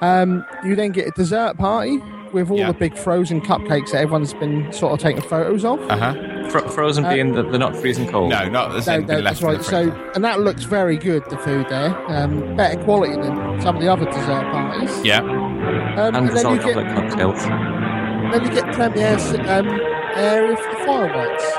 [SPEAKER 3] Um, you then get a dessert party with all
[SPEAKER 1] Yeah.
[SPEAKER 3] the big frozen cupcakes that everyone's been sort of taking photos of.
[SPEAKER 1] Uh huh.
[SPEAKER 2] Fro- frozen
[SPEAKER 3] Uh,
[SPEAKER 2] being that they're not freezing cold.
[SPEAKER 1] No, not as in been
[SPEAKER 3] that's
[SPEAKER 1] left in the
[SPEAKER 3] right. So,
[SPEAKER 1] freezer.
[SPEAKER 3] and that looks very good. The food there, um, better quality than some of the other dessert parties.
[SPEAKER 1] Yeah.
[SPEAKER 3] Um,
[SPEAKER 2] and
[SPEAKER 3] and
[SPEAKER 2] there's
[SPEAKER 3] then
[SPEAKER 2] all
[SPEAKER 3] you, get,
[SPEAKER 2] chocolate cocktails.
[SPEAKER 3] then you get premiere s- um, area for the fireworks.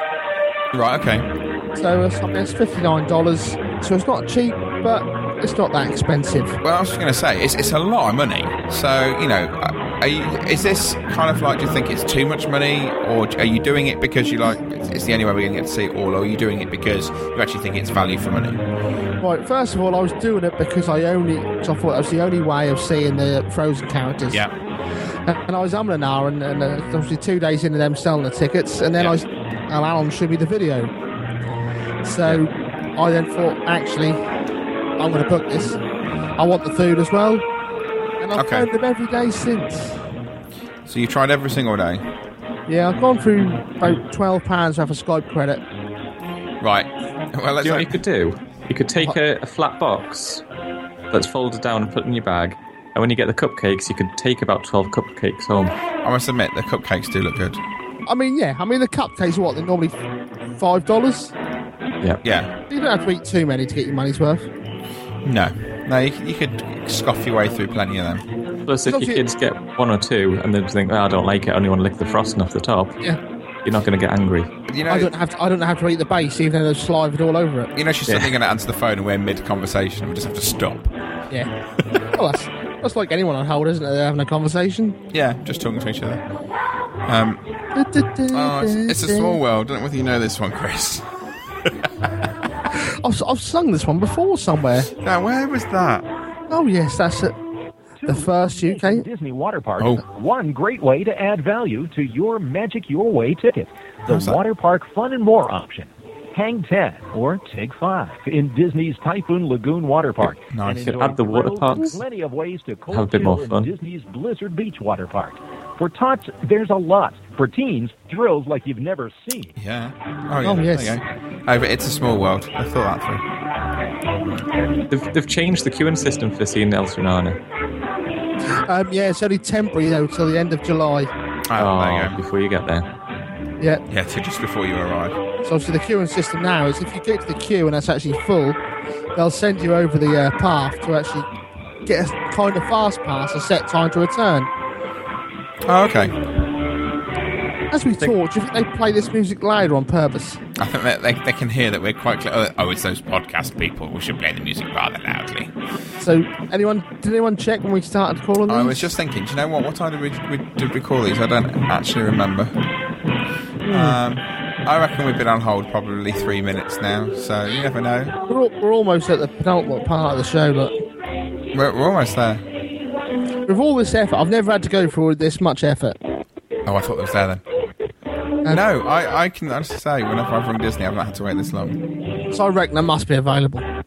[SPEAKER 1] Right. Okay.
[SPEAKER 3] So uh, it's, I mean, it's fifty nine dollars. So it's not cheap, but it's not that expensive.
[SPEAKER 1] Well, I was just going to say it's it's a lot of money. So you know, are you, is this kind of like? Do you think it's too much money, or are you doing it because you like? It's it's the only way we're going to get to see it all, or are you doing it because you actually think it's value for money?
[SPEAKER 3] Right. First of all, I was doing it because I only, so I thought it was the only way of seeing the Frozen characters.
[SPEAKER 1] Yeah.
[SPEAKER 3] And I was umming and ahhing, and uh, obviously two days into them selling the tickets, and then I, s- and Alan showed me the video. So I then thought, actually, I'm going to book this. I want the food as well, and I've
[SPEAKER 1] Okay.
[SPEAKER 3] phoned them every day since.
[SPEAKER 1] So you tried every single day,
[SPEAKER 3] Yeah, I've gone through about twelve pounds worth of Skype credit.
[SPEAKER 1] right? Well,
[SPEAKER 2] Do
[SPEAKER 1] let's
[SPEAKER 2] you know what
[SPEAKER 1] hope-
[SPEAKER 2] you could do? You could take a, a flat box that's folded down and put in your bag, and when you get the cupcakes, you could take about 12 cupcakes home.
[SPEAKER 1] I must admit the cupcakes do look good.
[SPEAKER 3] I mean, yeah, I mean the cupcakes are what they're normally five dollars.
[SPEAKER 2] Yeah.
[SPEAKER 1] Yeah.
[SPEAKER 3] You don't have to eat too many to get your money's worth.
[SPEAKER 1] No. No, you, you could scoff your way through plenty of them.
[SPEAKER 2] Plus, if your
[SPEAKER 3] Obviously-
[SPEAKER 2] kids get one or two and they just think, oh, I don't like it, I only want to lick the frosting off the top,
[SPEAKER 3] Yeah.
[SPEAKER 2] you're not going to get angry.
[SPEAKER 1] You know,
[SPEAKER 3] I don't have to, I don't have to eat the base, even though they've slivered all over it.
[SPEAKER 1] you know, she's
[SPEAKER 2] Yeah.
[SPEAKER 1] suddenly going to answer the phone and we're mid conversation. We just have to stop.
[SPEAKER 3] Yeah. well, that's, that's like anyone on hold, isn't it? They're having a conversation.
[SPEAKER 1] Yeah, just talking to each other. Um, oh, it's, it's a small world. I don't know whether you know this one, Chris.
[SPEAKER 3] I've, I've sung this one before somewhere.
[SPEAKER 1] Now, where was that?
[SPEAKER 3] Oh, yes, that's it. The first UK.
[SPEAKER 10] Disney water park.
[SPEAKER 1] Oh.
[SPEAKER 10] One great way to add value to your Magic Your Way ticket. The
[SPEAKER 1] How's that?
[SPEAKER 10] water park fun and more option. Hang 10 or take 5 in Disney's Typhoon Lagoon Water Park.
[SPEAKER 1] Nice.
[SPEAKER 10] And
[SPEAKER 2] You could
[SPEAKER 10] enjoy
[SPEAKER 2] add the water
[SPEAKER 10] thrills
[SPEAKER 2] parks.
[SPEAKER 10] and Plenty of ways to cold
[SPEAKER 2] Have a bit more
[SPEAKER 10] chill in
[SPEAKER 2] fun.
[SPEAKER 10] Disney's Blizzard Beach Water Park. For tots, there's a lot. For teens, thrills like you've never seen.
[SPEAKER 1] Yeah. Oh, yeah.
[SPEAKER 3] Oh, yes.
[SPEAKER 1] There you go. Oh, but it's a small world. I thought that through.
[SPEAKER 2] They've, they've changed the queuing system for seeing El Tsunami.
[SPEAKER 3] Um, yeah, it's only temporary, though, till the end of July.
[SPEAKER 1] Oh, there you go.
[SPEAKER 2] Ah, before you get there.
[SPEAKER 3] Yeah.
[SPEAKER 1] Yeah, so just before you arrive.
[SPEAKER 3] So, obviously, the queuing system now is if you get to the queue and that's actually full, they'll send you over the uh, path to actually get a kind of fast pass, a set time to return.
[SPEAKER 1] Oh, okay.
[SPEAKER 3] As we talked, do you think they play this music louder on purpose?
[SPEAKER 1] I think that they, they can hear that we're quite clear. Oh, it's those podcast people. We should play the music rather loudly.
[SPEAKER 3] So, anyone did anyone check when we started calling these?
[SPEAKER 1] I was just thinking, do you know what? What time did we, we, did we call these? I don't actually remember. Um, I reckon we've been on hold probably three minutes now, so you never know.
[SPEAKER 3] We're, al- we're almost at the penultimate part of the show. Look,
[SPEAKER 1] We're, we're almost there.
[SPEAKER 3] with all this effort, I've never had to go through this much effort.
[SPEAKER 1] Oh, I thought it was there then. no, I, I can honestly say, whenever I've rung Disney, I've not had to wait this long.
[SPEAKER 3] So I reckon I must be available.
[SPEAKER 1] I,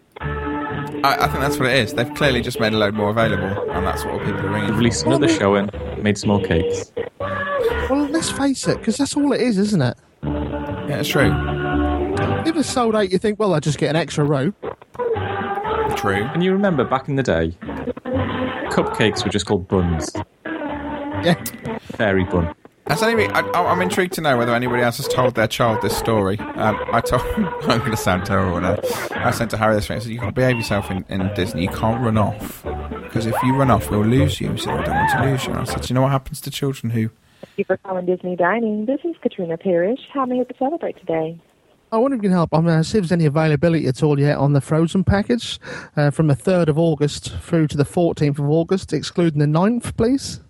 [SPEAKER 1] I think that's what it is. They've clearly just made a load more available, and that's what people are
[SPEAKER 2] They've
[SPEAKER 1] ringing. for.
[SPEAKER 2] released another show and made small cakes.
[SPEAKER 3] Well, let's face it, because that's all it is, isn't it?
[SPEAKER 1] Yeah, it's true.
[SPEAKER 3] If it's sold out, you think, well, I just get an extra row.
[SPEAKER 1] True.
[SPEAKER 2] And you remember back in the day, cupcakes were just called buns.
[SPEAKER 3] Yeah,
[SPEAKER 2] Fairy bun.
[SPEAKER 1] Has anybody, I, I'm intrigued to know whether anybody else has told their child this story. Um, I told, I'm going to sound terrible now. I said to Harry this thing. I said, "You got to behave yourself in, in Disney. You can't run off because if you run off, we'll lose you." He said, "I don't want to lose you." And I said, "Do "You know what happens to children who
[SPEAKER 4] Thank you for calling Disney Dining. This is Katrina Parrish. How may I celebrate today?
[SPEAKER 3] I wonder if you can help. I mean, I see if there's any availability at all yet on the frozen package uh, from the 3rd of August through to the 14th of August, excluding the 9th, please.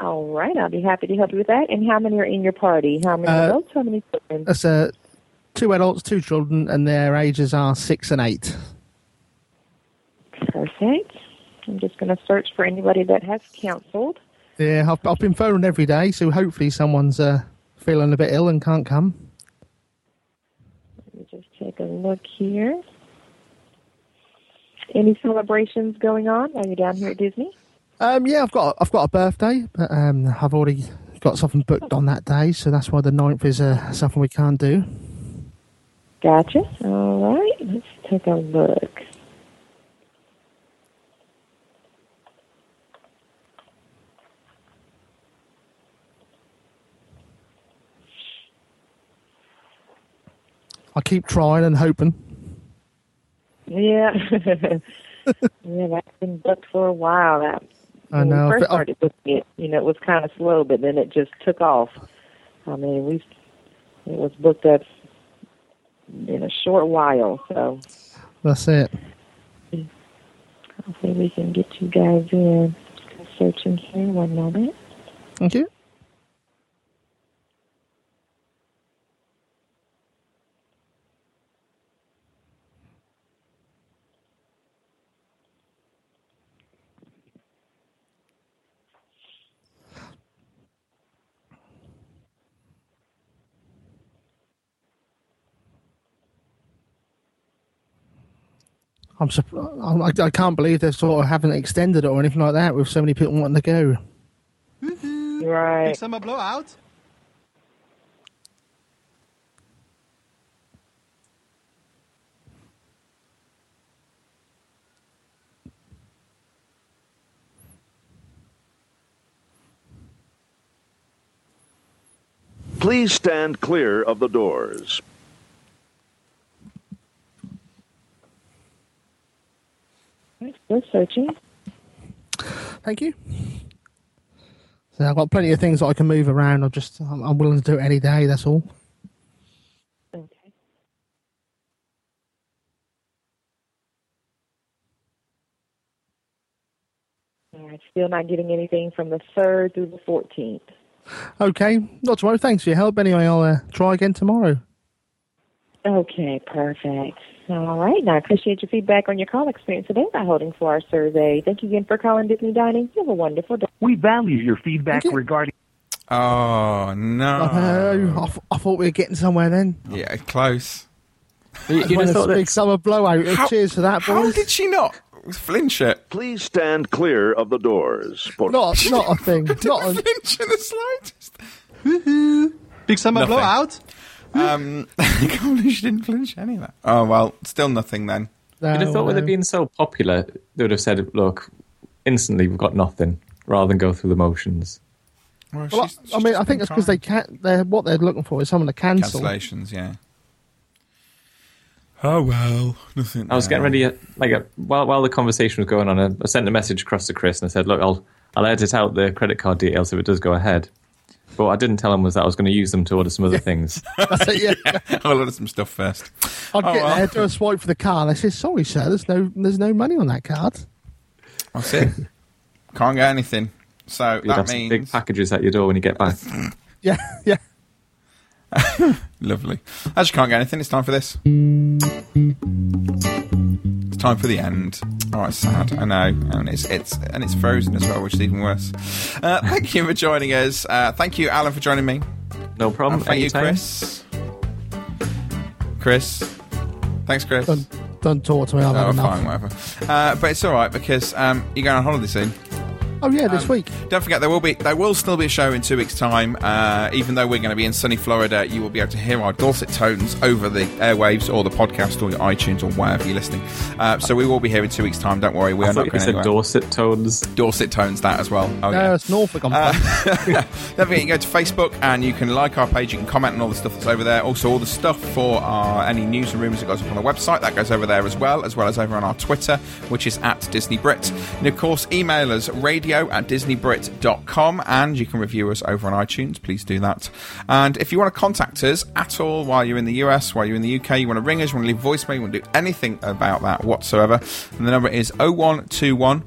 [SPEAKER 4] All right, I'll be happy to help you with that. And how many are in your party? How many
[SPEAKER 3] Uh,
[SPEAKER 4] adults? How many children?
[SPEAKER 3] That's uh, two adults, two children, and their ages are six and eight.
[SPEAKER 4] Perfect. I'm just going to search for anybody that has canceled.
[SPEAKER 3] Yeah, I've, I've been phoning every day, so hopefully someone's uh, feeling a bit ill and can't come.
[SPEAKER 4] Let me just take a look here. Any celebrations going on while you're down here at Disney?
[SPEAKER 3] Um, yeah, I've got I've got a birthday, but um, I've already got something booked on that day, so that's why the 9th is uh, something we can't do.
[SPEAKER 4] Gotcha. All right, let's take a look.
[SPEAKER 3] I keep trying and hoping.
[SPEAKER 4] Yeah. yeah, that's been booked for a while. That
[SPEAKER 3] I
[SPEAKER 4] when we
[SPEAKER 3] know. uh,
[SPEAKER 4] first
[SPEAKER 3] I've-
[SPEAKER 4] started booking it, you know, it was kind of slow, but then it just took off. I mean, we it was booked up in a short while, so
[SPEAKER 3] That's it.
[SPEAKER 4] hopefully we can get you guys in. Just Searching here, one moment.
[SPEAKER 3] Thank you. I'm surprised. I, I can't believe they sort of haven't extended it or anything like that with so many people wanting to go.
[SPEAKER 4] Right.
[SPEAKER 11] Big summer blowout.
[SPEAKER 10] Please stand clear of the doors.
[SPEAKER 4] We're searching.
[SPEAKER 3] Thank you. So I've got plenty of things that I can move around. I'm just I'm, I'm willing to do it any day. That's all.
[SPEAKER 4] All right, still not getting anything from the third through the fourteenth.
[SPEAKER 3] Okay, not tomorrow. Thanks for your help. Anyway, I'll uh, try again tomorrow.
[SPEAKER 4] Okay, perfect. All right, now I appreciate your feedback on your call experience today by holding for our survey. Thank you again for calling Disney Dining. You have a wonderful day.
[SPEAKER 13] We value your feedback regarding.
[SPEAKER 1] Oh no!
[SPEAKER 3] Oh, I, th- I thought we were getting somewhere then.
[SPEAKER 1] Yeah, close.
[SPEAKER 3] That's when it's big summer blowout. Cheers for that, boys.
[SPEAKER 1] How did she not flinch it?
[SPEAKER 10] Please stand clear of the doors. For
[SPEAKER 3] Not, not a thing. not a
[SPEAKER 1] flinch in the slightest.
[SPEAKER 11] Big summer
[SPEAKER 1] Nothing.
[SPEAKER 11] blowout.
[SPEAKER 1] Um, I can't believe she didn't flinch any of that. Oh well, still nothing then.
[SPEAKER 2] You'd have thought with it being so popular, they would have said, "Look, instantly we've got nothing," rather than go through the motions.
[SPEAKER 3] Well, I, I mean, I think that's because they can't. They're what they're looking for is someone to cancel.
[SPEAKER 1] Cancellations, yeah. Oh well, nothing.
[SPEAKER 2] I was getting
[SPEAKER 1] there.
[SPEAKER 2] ready, uh, like uh, while while the conversation was going on, uh, I, I sent a message across to Chris and I said, "Look, I'll I'll edit out the credit card details if it does go ahead." But what I didn't tell him was that I was going to use them to order some other things.
[SPEAKER 3] That's it, yeah.
[SPEAKER 2] uh,
[SPEAKER 1] I'll order some stuff first.
[SPEAKER 3] I'd
[SPEAKER 1] Oh,
[SPEAKER 3] get
[SPEAKER 1] well.
[SPEAKER 3] there, do a swipe for the card. I say, sorry, sir, there's no, there's no money on that card.
[SPEAKER 1] That's it. Can't get anything. So
[SPEAKER 2] You'd
[SPEAKER 1] that
[SPEAKER 2] have some
[SPEAKER 1] means
[SPEAKER 2] big packages at your door when you get back.
[SPEAKER 3] Yeah, yeah.
[SPEAKER 1] lovely. I just can't get anything. It's time for this. It's time for the end. Oh, it's sad. I know, and it's it's and it's frozen as well, which is even worse. Uh, thank you for joining us. Uh, thank you, Alan, for joining me.
[SPEAKER 2] No problem.
[SPEAKER 1] And thank
[SPEAKER 2] anytime.
[SPEAKER 1] you, Chris. Chris, thanks, Chris.
[SPEAKER 3] Don't talk to me. I've
[SPEAKER 1] Oh,
[SPEAKER 3] had enough.
[SPEAKER 1] fine, whatever. Uh, but it's all right because um, you're going on holiday soon.
[SPEAKER 3] Oh yeah, this week.
[SPEAKER 1] Don't forget, there will be there will still be a show in two weeks' time. Uh, even though we're going to be in sunny Florida, you will be able to hear our dulcet tones over the airwaves or the podcast or your iTunes or wherever you're listening. Uh, so we will be here in two weeks' time. Don't worry, we
[SPEAKER 2] I
[SPEAKER 1] are
[SPEAKER 2] thought
[SPEAKER 1] not
[SPEAKER 2] you
[SPEAKER 1] going
[SPEAKER 2] said
[SPEAKER 1] anywhere. Dorset tones. Dorset tones, that as well. Oh yeah.
[SPEAKER 3] No, it's Uh, Norfolk. I'm
[SPEAKER 1] Don't forget, you can go to Facebook and you can like our page. You can comment on all the stuff that's over there. Also, all the stuff for our, any news and rumours that goes up on the website that goes over there as well, as well as over on our Twitter, which is at Disney Brit. And of course, email us radio at disneybrit.com and you can review us over on iTunes. Please do that. And if you want to contact us at all while you're in the US, while you're in the UK, you want to ring us, you want to leave voicemail, you want to do anything about that whatsoever. And the number is 0121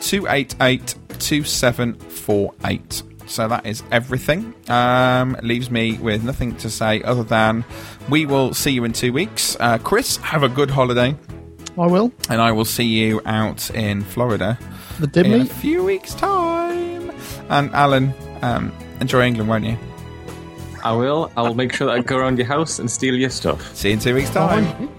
[SPEAKER 1] 288 2748. So that is everything. Um, leaves me with nothing to say other than we will see you in two weeks. Uh, Chris, have a good holiday,
[SPEAKER 3] I will.
[SPEAKER 1] and I will see you out in Florida.
[SPEAKER 3] The dim
[SPEAKER 1] in a
[SPEAKER 3] meat.
[SPEAKER 1] few weeks' time. And Alan, um, enjoy England, won't you?
[SPEAKER 2] I will. I will make sure that I go around your house and steal your stuff.
[SPEAKER 1] See you in two weeks' time.